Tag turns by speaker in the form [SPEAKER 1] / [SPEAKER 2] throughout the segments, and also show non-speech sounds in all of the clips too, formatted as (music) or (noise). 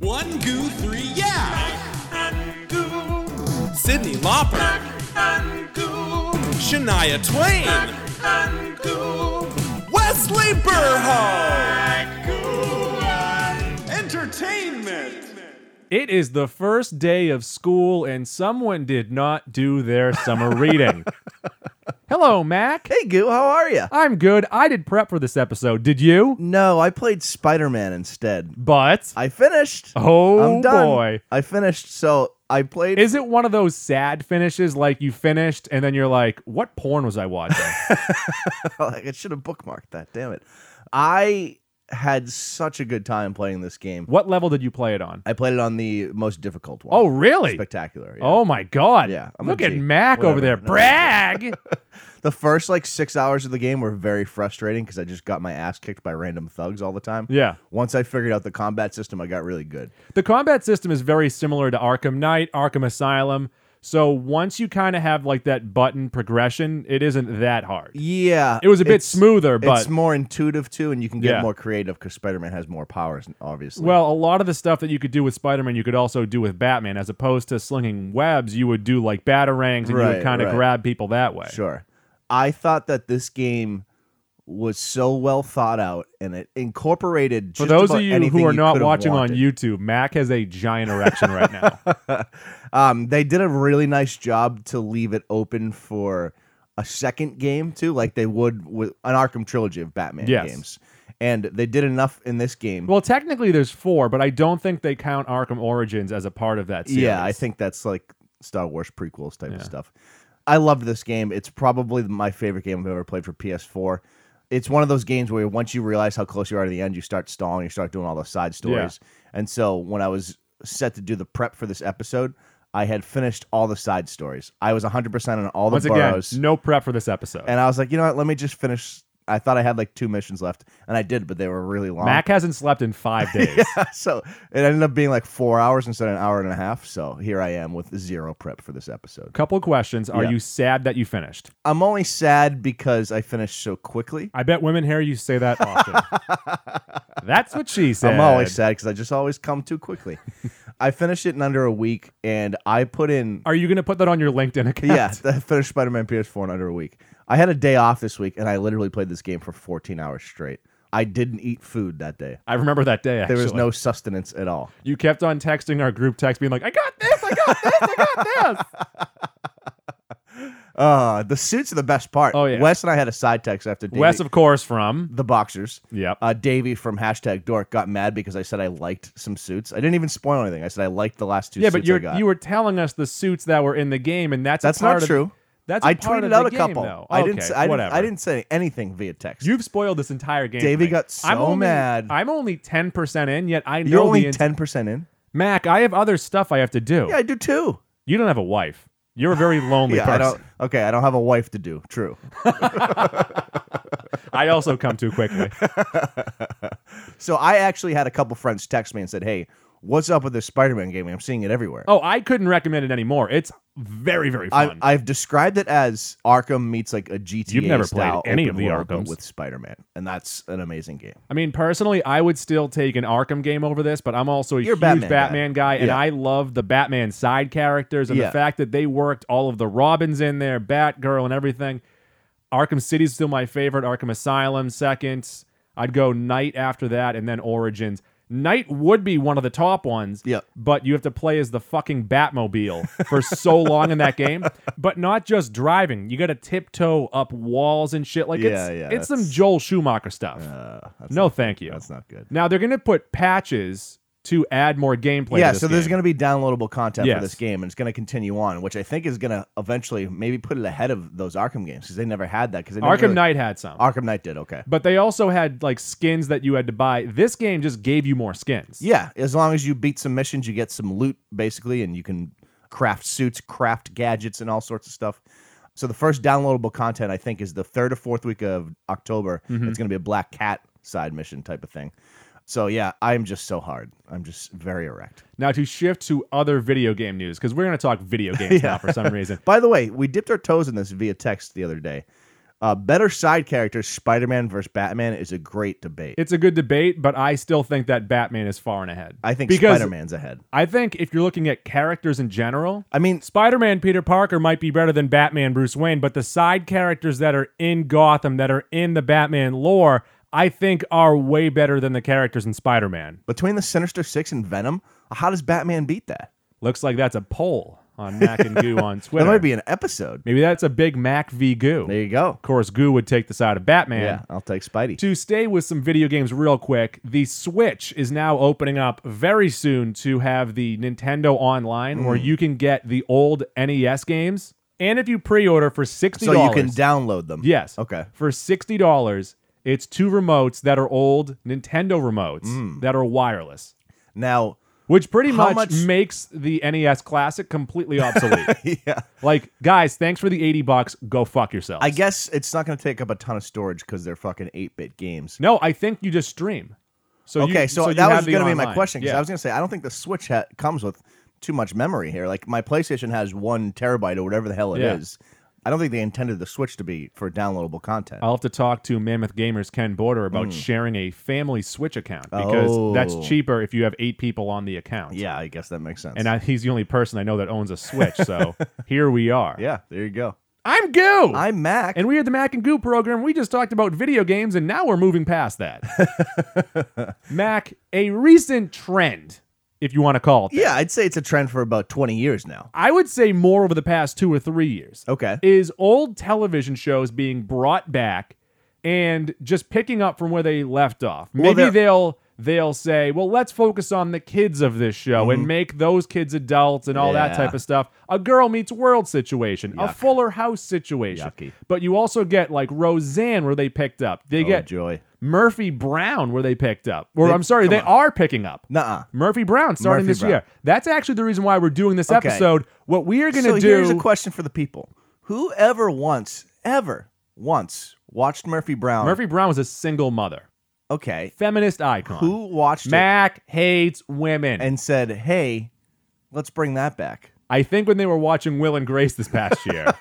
[SPEAKER 1] One, goo, three, yeah! Sydney Lauper. Shania Twain. Wesley Burho. Entertainment.
[SPEAKER 2] It is the first day of school, and someone did not do their
[SPEAKER 3] (laughs)
[SPEAKER 2] summer reading. Hello, Mac.
[SPEAKER 3] Hey, Goo, how are you?
[SPEAKER 2] I'm good. I did prep for this episode. Did you?
[SPEAKER 3] No, I played Spider Man instead.
[SPEAKER 2] But
[SPEAKER 3] I finished.
[SPEAKER 2] Oh,
[SPEAKER 3] I'm done.
[SPEAKER 2] boy.
[SPEAKER 3] I finished, so I played. (laughs)
[SPEAKER 2] is it one of those sad finishes like you finished and then you're like, what porn was I
[SPEAKER 3] (laughs)
[SPEAKER 2] watching?
[SPEAKER 3] I should have bookmarked that. Damn it! I had such a good time playing this game.
[SPEAKER 2] what level did you play it on?
[SPEAKER 3] I played it on the most difficult one.
[SPEAKER 2] Oh, really?
[SPEAKER 3] Spectacular! yeah.
[SPEAKER 2] Oh, my God.
[SPEAKER 3] Yeah, I'm a
[SPEAKER 2] Look at
[SPEAKER 3] G.
[SPEAKER 2] Mac over there.
[SPEAKER 3] Whatever. No, I'm (laughs)
[SPEAKER 2] Brag.
[SPEAKER 3] the first like six hours of the game were very frustrating because I just got my ass kicked by random thugs all the time.
[SPEAKER 2] Yeah.
[SPEAKER 3] Once I figured out the combat system, I got really good.
[SPEAKER 2] The combat system is very similar to Arkham Knight, Arkham Asylum. So once you kind of have like that button progression, it isn't that hard.
[SPEAKER 3] Yeah,
[SPEAKER 2] It was a bit
[SPEAKER 3] it's-
[SPEAKER 2] smoother, but
[SPEAKER 3] it's more intuitive too, and you can get
[SPEAKER 2] Yeah.
[SPEAKER 3] more creative because Spider Man has more powers, obviously.
[SPEAKER 2] well, a lot of the stuff that you could do with Spider-Man, you could also do with Batman. As opposed to slinging webs, you would do like batarangs and you would
[SPEAKER 3] Right,
[SPEAKER 2] kind of
[SPEAKER 3] right.
[SPEAKER 2] grab people that way.
[SPEAKER 3] Sure. I thought that this game was so well thought out and it incorporated
[SPEAKER 2] For
[SPEAKER 3] just
[SPEAKER 2] those
[SPEAKER 3] about
[SPEAKER 2] of you
[SPEAKER 3] anything
[SPEAKER 2] who are not
[SPEAKER 3] could've
[SPEAKER 2] watching on
[SPEAKER 3] wanted.
[SPEAKER 2] YouTube, Mac has a giant erection right
[SPEAKER 3] (laughs)
[SPEAKER 2] now.
[SPEAKER 3] um they did a really nice job to leave it open for a second game too like they would with an Arkham trilogy of Batman
[SPEAKER 2] Yes.
[SPEAKER 3] games and they did enough in this game
[SPEAKER 2] well, technically there's four, but I don't think they count Arkham Origins as a part of that series.
[SPEAKER 3] Yeah, I think that's like Star Wars prequels type of stuff. I loved this game. It's probably my favorite game I've ever played for PS4. It's one of those games where once you realize how close you are to the end, you start stalling, you start doing all those side stories. And so when I was set to do the prep for this episode, I had finished all the side stories. I was 100% on all the
[SPEAKER 2] Once again,
[SPEAKER 3] boroughs.
[SPEAKER 2] no prep for this episode.
[SPEAKER 3] and I was like, you know what? Let me just finish. I thought I had like two missions left, and I did, but they were really long.
[SPEAKER 2] Mac hasn't slept in
[SPEAKER 3] (laughs)
[SPEAKER 2] five days.
[SPEAKER 3] so it ended up being like four hours instead of an hour and a half. So here I am with zero prep for this episode.
[SPEAKER 2] Couple of questions. Are
[SPEAKER 3] Yeah.
[SPEAKER 2] you sad that you finished?
[SPEAKER 3] I'm only sad because I finished so quickly.
[SPEAKER 2] I bet women hear you say that
[SPEAKER 3] (laughs)
[SPEAKER 2] often. That's what she said.
[SPEAKER 3] I'm always sad because I just always come too (laughs) quickly. I finished it in under a week, and I put (laughs) in
[SPEAKER 2] Are you going to put that on your LinkedIn account?
[SPEAKER 3] yeah, I finished Spider-Man PS4 in under a week. I had a day off this week, and I literally played this game for 14 hours straight. I didn't eat food that day.
[SPEAKER 2] I remember that day.
[SPEAKER 3] There
[SPEAKER 2] Actually.
[SPEAKER 3] was no sustenance at all.
[SPEAKER 2] You kept on texting our group text, being like, "I got this, I got this, I
[SPEAKER 3] (laughs)
[SPEAKER 2] got this."
[SPEAKER 3] Uh, the suits are the best part.
[SPEAKER 2] Oh, yeah.
[SPEAKER 3] Wes and I had a side text after Davey-
[SPEAKER 2] Wes, of course, from
[SPEAKER 3] the boxers.
[SPEAKER 2] Yep.
[SPEAKER 3] Uh, Davey from hashtag dork got mad because I said I liked some suits. I didn't even spoil anything. I said I liked the last two
[SPEAKER 2] yeah,
[SPEAKER 3] suits
[SPEAKER 2] but you
[SPEAKER 3] I got.
[SPEAKER 2] you were telling us the suits that were in the game, and that's a
[SPEAKER 3] That's not
[SPEAKER 2] part of-
[SPEAKER 3] true.
[SPEAKER 2] That's a
[SPEAKER 3] I
[SPEAKER 2] part
[SPEAKER 3] tweeted
[SPEAKER 2] of
[SPEAKER 3] out
[SPEAKER 2] the
[SPEAKER 3] a
[SPEAKER 2] game,
[SPEAKER 3] couple.
[SPEAKER 2] though.
[SPEAKER 3] I didn't.
[SPEAKER 2] Okay,
[SPEAKER 3] s- I didn't,
[SPEAKER 2] whatever.
[SPEAKER 3] I didn't say anything via text.
[SPEAKER 2] You've spoiled this entire game.
[SPEAKER 3] Davey
[SPEAKER 2] for me.
[SPEAKER 3] got
[SPEAKER 2] I'm
[SPEAKER 3] so
[SPEAKER 2] only,
[SPEAKER 3] mad.
[SPEAKER 2] I'm only ten percent in, yet I know
[SPEAKER 3] You're
[SPEAKER 2] the
[SPEAKER 3] only
[SPEAKER 2] ins-
[SPEAKER 3] ten percent in.
[SPEAKER 2] Mac, I have other stuff I have to do.
[SPEAKER 3] Yeah, I do too.
[SPEAKER 2] You don't have a wife. You're a very lonely
[SPEAKER 3] (laughs) Yeah, I
[SPEAKER 2] person.
[SPEAKER 3] don't. Okay, I don't have a wife to do.
[SPEAKER 2] (laughs)
[SPEAKER 3] True.
[SPEAKER 2] I also come too
[SPEAKER 3] (laughs)
[SPEAKER 2] quickly.
[SPEAKER 3] So I actually had a couple friends text me and said, "Hey, what's up with this Spider-Man game? I'm seeing it everywhere."
[SPEAKER 2] Oh, I couldn't recommend it anymore. It's very, very
[SPEAKER 3] I,
[SPEAKER 2] fun.
[SPEAKER 3] I've described it as Arkham meets like a GTA.
[SPEAKER 2] You've never
[SPEAKER 3] style
[SPEAKER 2] played any of
[SPEAKER 3] open
[SPEAKER 2] the
[SPEAKER 3] world, but
[SPEAKER 2] Arkhams.
[SPEAKER 3] with Spider-Man, and that's an amazing game.
[SPEAKER 2] I mean, personally, I would still take an Arkham game over this, but I'm also a
[SPEAKER 3] You're a
[SPEAKER 2] huge Batman,
[SPEAKER 3] Batman guy.
[SPEAKER 2] guy, and
[SPEAKER 3] Yeah.
[SPEAKER 2] I love the Batman side characters and the
[SPEAKER 3] Yeah.
[SPEAKER 2] fact that they worked all of the Robins in there, Batgirl, and everything. Arkham City's still my favorite. Arkham Asylum, second. I'd go Night after that, and then Origins. Night would be one of the top ones,
[SPEAKER 3] Yeah.
[SPEAKER 2] but you have to play as the fucking Batmobile for
[SPEAKER 3] (laughs)
[SPEAKER 2] so long in that game. But not just driving; you got to tiptoe up walls and shit. Like it's
[SPEAKER 3] Yeah, yeah,
[SPEAKER 2] it's some
[SPEAKER 3] that's-
[SPEAKER 2] Joel Schumacher stuff.
[SPEAKER 3] Uh, that's
[SPEAKER 2] No, thank you.
[SPEAKER 3] That's not good.
[SPEAKER 2] Now they're going to put patches to add more gameplay.
[SPEAKER 3] yeah,
[SPEAKER 2] to this
[SPEAKER 3] so there's
[SPEAKER 2] game.
[SPEAKER 3] going to be downloadable content
[SPEAKER 2] Yes.
[SPEAKER 3] for this game, and it's going to continue on, which I think is going to eventually maybe put it ahead of those Arkham games because they never had that. Because
[SPEAKER 2] Arkham Knight had some.
[SPEAKER 3] Arkham Knight did okay.
[SPEAKER 2] but they also had like skins that you had to buy. This game just gave you more skins.
[SPEAKER 3] Yeah, as long as you beat some missions, you get some loot basically, and you can craft suits, craft gadgets, and all sorts of stuff. So the first downloadable content I think is the third or fourth week of October.
[SPEAKER 2] Mm-hmm.
[SPEAKER 3] It's going to be a Black Cat side mission type of thing. So yeah, I'm just so hard. I'm just very erect.
[SPEAKER 2] Now to shift to other video game news because we're going to talk
[SPEAKER 3] (laughs)
[SPEAKER 2] video games now for some reason.
[SPEAKER 3] By the way, we dipped our toes in this via text the other day. Uh, better side characters, Spider-Man versus Batman, is a great debate.
[SPEAKER 2] It's a good debate, but I still think that Batman is far and ahead.
[SPEAKER 3] I think
[SPEAKER 2] because
[SPEAKER 3] Spider-Man's ahead.
[SPEAKER 2] I think if you're looking at characters in general,
[SPEAKER 3] I mean,
[SPEAKER 2] Spider-Man Peter Parker might be better than Batman Bruce Wayne, but the side characters that are in Gotham that are in the Batman lore, I think are way better than the characters in Spider-Man.
[SPEAKER 3] between the Sinister Six and Venom, how does Batman beat that?
[SPEAKER 2] Looks like that's a poll on Mac and Goo on Twitter.
[SPEAKER 3] (laughs) That might be an episode.
[SPEAKER 2] Maybe that's a big Mac v Goo.
[SPEAKER 3] There you go.
[SPEAKER 2] Of course, Goo would take the side of Batman.
[SPEAKER 3] Yeah, I'll take Spidey.
[SPEAKER 2] To stay with some video games real quick, the Switch is now opening up very soon to have the Nintendo Online
[SPEAKER 3] Mm.
[SPEAKER 2] where you can get the old NES games. And if you pre order for $60,
[SPEAKER 3] so you can download them.
[SPEAKER 2] yes.
[SPEAKER 3] Okay.
[SPEAKER 2] For $60, it's two remotes that are old Nintendo remotes that are wireless,
[SPEAKER 3] Now, (laughs)
[SPEAKER 2] which pretty
[SPEAKER 3] Hmm. How
[SPEAKER 2] much,
[SPEAKER 3] much-
[SPEAKER 2] makes the NES Classic completely
[SPEAKER 3] (laughs)
[SPEAKER 2] obsolete.
[SPEAKER 3] yeah,
[SPEAKER 2] like, guys, thanks for the 80 bucks. Go fuck yourself.
[SPEAKER 3] I guess it's not going to take up a ton of storage because they're fucking eight bit games.
[SPEAKER 2] No, I think you just stream. So you-
[SPEAKER 3] okay, so,
[SPEAKER 2] you
[SPEAKER 3] that
[SPEAKER 2] have
[SPEAKER 3] was
[SPEAKER 2] the
[SPEAKER 3] going to be my
[SPEAKER 2] online.
[SPEAKER 3] question because
[SPEAKER 2] Yeah.
[SPEAKER 3] I was going to say I don't think the Switch ha- comes with too much memory here. Like my PlayStation has one terabyte or whatever the hell it is.
[SPEAKER 2] Yeah.
[SPEAKER 3] I don't think they intended the Switch to be for downloadable content.
[SPEAKER 2] I'll have to talk to Mammoth Gamers Ken Border about sharing a family Switch account because that's
[SPEAKER 3] Hmm. Oh.
[SPEAKER 2] cheaper if you have eight people on the account.
[SPEAKER 3] yeah, I guess that makes sense.
[SPEAKER 2] And I, he's the only person I know that owns a Switch.
[SPEAKER 3] (laughs)
[SPEAKER 2] So here we are.
[SPEAKER 3] yeah, there you go.
[SPEAKER 2] I'm Goo.
[SPEAKER 3] I'm Mac.
[SPEAKER 2] and we had the Mac and Goo program. We just talked about video games and now we're moving past that. Mac, a recent trend, if you want to call it. that.
[SPEAKER 3] yeah, I'd say it's a trend for about twenty years now.
[SPEAKER 2] I would say more over the past two or three years.
[SPEAKER 3] Okay.
[SPEAKER 2] Is old television shows being brought back and just picking up from where they left off. Maybe
[SPEAKER 3] they're-
[SPEAKER 2] they'll they'll say, well, let's focus on the kids of this show and make those kids adults and all that
[SPEAKER 3] Mm-hmm. Yeah.
[SPEAKER 2] type of stuff. A girl meets world situation, a fuller house situation.
[SPEAKER 3] Yucky.
[SPEAKER 2] But you also get like Roseanne where they picked up. They
[SPEAKER 3] Oh,
[SPEAKER 2] get
[SPEAKER 3] joy.
[SPEAKER 2] Murphy Brown where they picked up. Or
[SPEAKER 3] They-
[SPEAKER 2] I'm sorry,
[SPEAKER 3] come
[SPEAKER 2] they
[SPEAKER 3] on.
[SPEAKER 2] are picking up.
[SPEAKER 3] Nuh-uh.
[SPEAKER 2] Murphy Brown starting
[SPEAKER 3] Murphy
[SPEAKER 2] this
[SPEAKER 3] Brown.
[SPEAKER 2] year. That's actually the reason why we're doing this
[SPEAKER 3] Okay.
[SPEAKER 2] episode. What we are going to
[SPEAKER 3] so
[SPEAKER 2] do.
[SPEAKER 3] here's a question for the people: Whoever once, ever once watched Murphy Brown,
[SPEAKER 2] Murphy Brown was a single mother,
[SPEAKER 3] okay,
[SPEAKER 2] feminist icon.
[SPEAKER 3] who watched
[SPEAKER 2] Mac hates women.
[SPEAKER 3] it
[SPEAKER 2] And
[SPEAKER 3] and said, "Hey, let's bring that back."
[SPEAKER 2] I think when they were watching Will and Grace this past
[SPEAKER 3] (laughs)
[SPEAKER 2] year,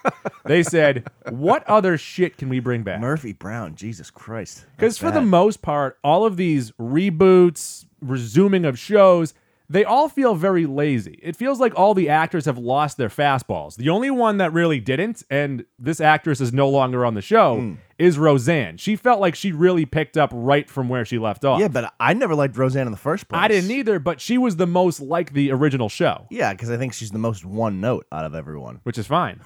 [SPEAKER 2] they said, "What other shit can we bring back?"
[SPEAKER 3] Murphy Brown, Jesus Christ,
[SPEAKER 2] Because
[SPEAKER 3] that's
[SPEAKER 2] for the
[SPEAKER 3] bad.
[SPEAKER 2] most part, all of these reboots, resuming of shows, they all feel very lazy. It feels like all the actors have lost their fastballs. The only one that really didn't, and this actress is no longer on the show,
[SPEAKER 3] Hmm.
[SPEAKER 2] is Roseanne. She felt like she really picked up right from where she left off.
[SPEAKER 3] yeah, but I never liked Roseanne in the first place.
[SPEAKER 2] I didn't either, but she was the most like the original
[SPEAKER 3] (laughs)
[SPEAKER 2] show,
[SPEAKER 3] Yeah, because I think she's the most one note out of everyone.
[SPEAKER 2] which is fine.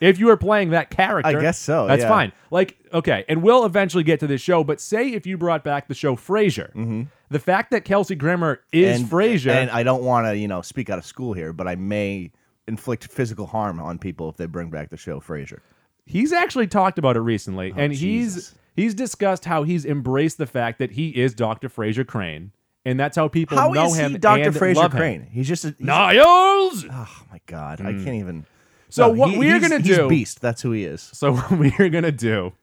[SPEAKER 2] if you were playing that character,
[SPEAKER 3] I guess so,
[SPEAKER 2] That's
[SPEAKER 3] yeah.
[SPEAKER 2] fine. Like, okay, and we'll eventually get to this show, but say if you brought back the show Frasier, the fact that Kelsey Grammer is Frasier,
[SPEAKER 3] Mm-hmm. and I don't want to, you know, speak out of school here, but I may inflict physical harm on people if they bring back the show Frasier.
[SPEAKER 2] he's actually talked about it recently, and he's
[SPEAKER 3] Oh, Jesus.
[SPEAKER 2] he's discussed how he's embraced the fact that he is Dr. Frasier Crane, and that's how people
[SPEAKER 3] How
[SPEAKER 2] know
[SPEAKER 3] is
[SPEAKER 2] him.
[SPEAKER 3] he Dr.
[SPEAKER 2] and
[SPEAKER 3] Frasier
[SPEAKER 2] love him.
[SPEAKER 3] Crane? He's just a, he's
[SPEAKER 2] Niles.
[SPEAKER 3] Oh my god, I can't even.
[SPEAKER 2] Mm. So what we are
[SPEAKER 3] he's-
[SPEAKER 2] gonna
[SPEAKER 3] he's
[SPEAKER 2] do-
[SPEAKER 3] Beast. That's who he is.
[SPEAKER 2] So (laughs) what we are gonna do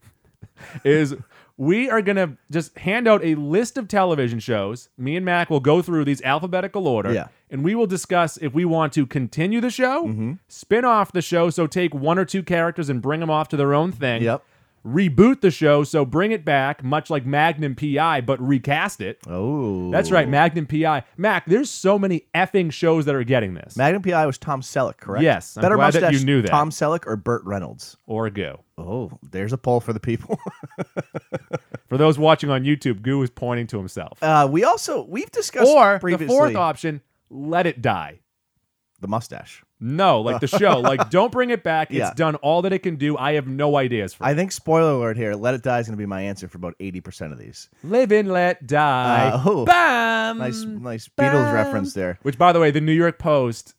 [SPEAKER 2] is we are gonna just hand out a list of television shows. Me and Mac will go through these alphabetical order,
[SPEAKER 3] Yeah.
[SPEAKER 2] and we will discuss if we want to continue the show,
[SPEAKER 3] Mm-hmm.
[SPEAKER 2] spin off the show, so take one or two characters and bring them off to their own thing.
[SPEAKER 3] Yep.
[SPEAKER 2] Reboot the show, so bring it back, much like Magnum PI, but recast it.
[SPEAKER 3] Oh,
[SPEAKER 2] That's right, Magnum PI. Mac, there's so many effing shows that are getting this.
[SPEAKER 3] Magnum PI was Tom Selleck, correct?
[SPEAKER 2] Yes, I'm
[SPEAKER 3] Better
[SPEAKER 2] glad that
[SPEAKER 3] mustache,
[SPEAKER 2] you knew that.
[SPEAKER 3] Tom Selleck or Burt Reynolds?
[SPEAKER 2] or Goo.
[SPEAKER 3] Oh, there's a poll for the people.
[SPEAKER 2] For those watching on YouTube, Goo is pointing to himself.
[SPEAKER 3] uh, we also we've discussed
[SPEAKER 2] or the
[SPEAKER 3] previously
[SPEAKER 2] fourth option, let it die.
[SPEAKER 3] the mustache.
[SPEAKER 2] No, like the
[SPEAKER 3] (laughs)
[SPEAKER 2] show. like, don't bring it back.
[SPEAKER 3] Yeah.
[SPEAKER 2] It's done all that it can do. I have no ideas for it.
[SPEAKER 3] I think spoiler alert here. Let it die is going to be my answer for about eighty percent of these.
[SPEAKER 2] Live and let die.
[SPEAKER 3] Uh, oh.
[SPEAKER 2] Bam!
[SPEAKER 3] Nice, nice Beatles reference there.
[SPEAKER 2] Which, by the way, the New York Post,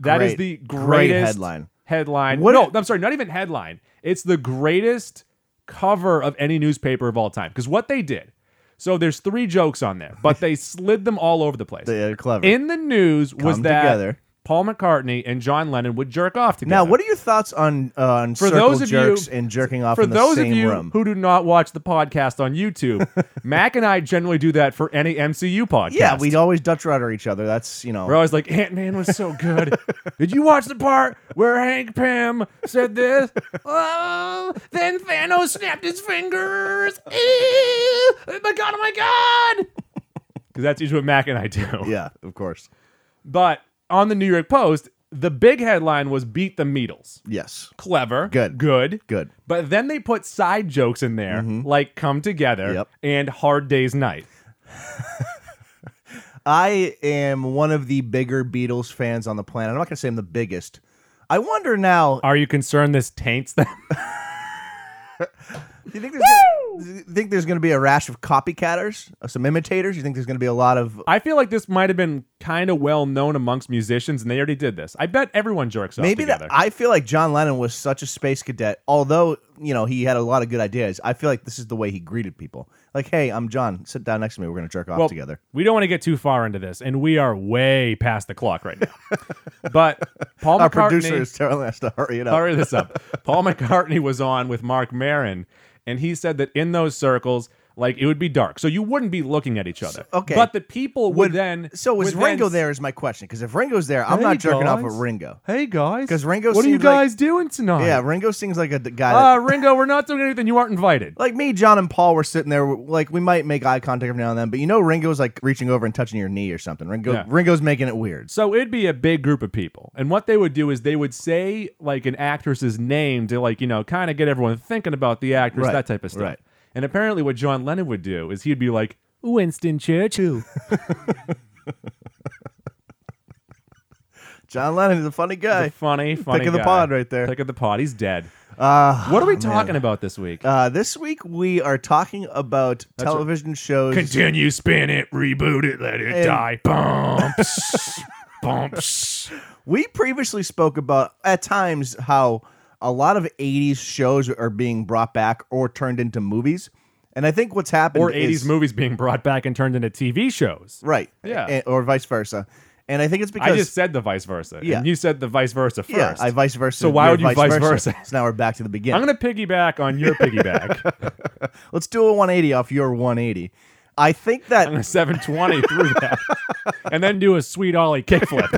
[SPEAKER 2] that is
[SPEAKER 3] Great.
[SPEAKER 2] the greatest
[SPEAKER 3] Great headline.
[SPEAKER 2] Headline.
[SPEAKER 3] What
[SPEAKER 2] no,
[SPEAKER 3] a-
[SPEAKER 2] I'm sorry, not even headline. It's the greatest cover of any newspaper of all time. Because what they did, so there's three jokes on there, but they (laughs) slid them all over the place.
[SPEAKER 3] They're Uh, clever.
[SPEAKER 2] In the news was
[SPEAKER 3] Come
[SPEAKER 2] that
[SPEAKER 3] together.
[SPEAKER 2] Paul McCartney and John Lennon would jerk off together.
[SPEAKER 3] now, what are your thoughts on uh, on
[SPEAKER 2] For
[SPEAKER 3] circle
[SPEAKER 2] those of you-
[SPEAKER 3] jerks and jerking off
[SPEAKER 2] for
[SPEAKER 3] in the
[SPEAKER 2] those of
[SPEAKER 3] same
[SPEAKER 2] you
[SPEAKER 3] room?
[SPEAKER 2] who do not watch the podcast on
[SPEAKER 3] (laughs)
[SPEAKER 2] YouTube, Mac and I generally do that for any MCU podcast.
[SPEAKER 3] yeah, we always Dutch rudder each other. That's you know.
[SPEAKER 2] We're always like, Ant Man was so
[SPEAKER 3] (laughs)
[SPEAKER 2] good. Did you watch the part where Hank Pym said this?
[SPEAKER 3] (laughs)
[SPEAKER 2] Oh, then Thanos snapped his fingers. Ew, oh my God, oh my
[SPEAKER 3] (laughs)
[SPEAKER 2] God. Because that's usually what Mac and I do.
[SPEAKER 3] yeah, of course.
[SPEAKER 2] But on the New York Post, the big headline was Beat the Meatles.
[SPEAKER 3] Yes,
[SPEAKER 2] Clever.
[SPEAKER 3] Good.
[SPEAKER 2] Good.
[SPEAKER 3] good. Mm-hmm.
[SPEAKER 2] But then they put side jokes in there, like Come Together
[SPEAKER 3] Yep.
[SPEAKER 2] and Hard Day's Night.
[SPEAKER 3] I am one of the bigger Beatles fans on the planet. I'm not going to say I'm the biggest. I wonder now.
[SPEAKER 2] Are you concerned this taints them? (laughs)
[SPEAKER 3] Do you think there's, do you think there's going to be a rash of copycatters, uh, some imitators? You think there's going to be a lot of
[SPEAKER 2] I feel like this might have been kind of well known amongst musicians, and they already did this. I bet everyone jerks off
[SPEAKER 3] Maybe
[SPEAKER 2] together.
[SPEAKER 3] that I feel like John Lennon was such a space cadet. Although you know he had a lot of good ideas, I feel like this is the way he greeted people. Like, hey, I'm John. Sit down next to me. We're gonna jerk off
[SPEAKER 2] Well,
[SPEAKER 3] together.
[SPEAKER 2] We don't want to get too far into this, and we are way past the clock right now. (laughs) but Paul
[SPEAKER 3] Our
[SPEAKER 2] McCartney,
[SPEAKER 3] producer is telling us to hurry it up.
[SPEAKER 2] hurry this up. Paul (laughs) McCartney was on with Mark Marin, and he said that in those circles, like it would be dark, so you wouldn't be looking at each other.
[SPEAKER 3] Okay.
[SPEAKER 2] but the people would, then.
[SPEAKER 3] so is
[SPEAKER 2] would then
[SPEAKER 3] Ringo
[SPEAKER 2] s-
[SPEAKER 3] there? Is my question because if Ringo's there, I'm not
[SPEAKER 2] Hey,
[SPEAKER 3] jerking off
[SPEAKER 2] guys.
[SPEAKER 3] with Ringo.
[SPEAKER 2] Hey guys,
[SPEAKER 3] 'Cause Ringo
[SPEAKER 2] what are you
[SPEAKER 3] seems like-
[SPEAKER 2] guys doing tonight?
[SPEAKER 3] Yeah, Ringo seems like a d- guy. That,
[SPEAKER 2] uh, Ringo, we're not doing anything. You aren't invited.
[SPEAKER 3] like me, John, and Paul were sitting there. Like we might make eye contact every now and then, but you know, Ringo's like reaching over and touching your knee or something. Ringo,
[SPEAKER 2] Yeah.
[SPEAKER 3] Ringo's making it weird.
[SPEAKER 2] So it'd be a big group of people. And what they would do is they would say like an actress's name to like, you know, kind of get everyone thinking about the actress,
[SPEAKER 3] Right,
[SPEAKER 2] that type of stuff.
[SPEAKER 3] right.
[SPEAKER 2] And apparently what John Lennon would do is he'd be like, Winston Churchill.
[SPEAKER 3] John Lennon is a funny guy.
[SPEAKER 2] funny, funny.
[SPEAKER 3] Pick of the
[SPEAKER 2] guy.
[SPEAKER 3] pod right there.
[SPEAKER 2] Pick of the pod. He's dead.
[SPEAKER 3] Uh,
[SPEAKER 2] What are we talking about this week?
[SPEAKER 3] Uh, this week we are talking about television shows.
[SPEAKER 2] Continue, spin it, reboot it, let it
[SPEAKER 3] And-
[SPEAKER 2] die.
[SPEAKER 3] (laughs)
[SPEAKER 2] Bumps. bumps.
[SPEAKER 3] we previously spoke about at times how a lot of '80s shows are being brought back or turned into movies, and I think what's happened
[SPEAKER 2] Or 80s
[SPEAKER 3] is-
[SPEAKER 2] movies being brought back and turned into TV shows.
[SPEAKER 3] right?
[SPEAKER 2] Yeah.
[SPEAKER 3] and- or vice versa. And I think it's because
[SPEAKER 2] I just said the vice versa.
[SPEAKER 3] Yeah.
[SPEAKER 2] And you said the vice versa first.
[SPEAKER 3] yeah, I vice versa.
[SPEAKER 2] So why
[SPEAKER 3] you're
[SPEAKER 2] would you vice versa?
[SPEAKER 3] (laughs) so now we're back to the beginning.
[SPEAKER 2] I'm gonna piggyback on your
[SPEAKER 3] (laughs)
[SPEAKER 2] piggyback.
[SPEAKER 3] Let's do a 180 off your 180. I think that
[SPEAKER 2] I'm gonna 720 through that, and then do a sweet ollie kickflip.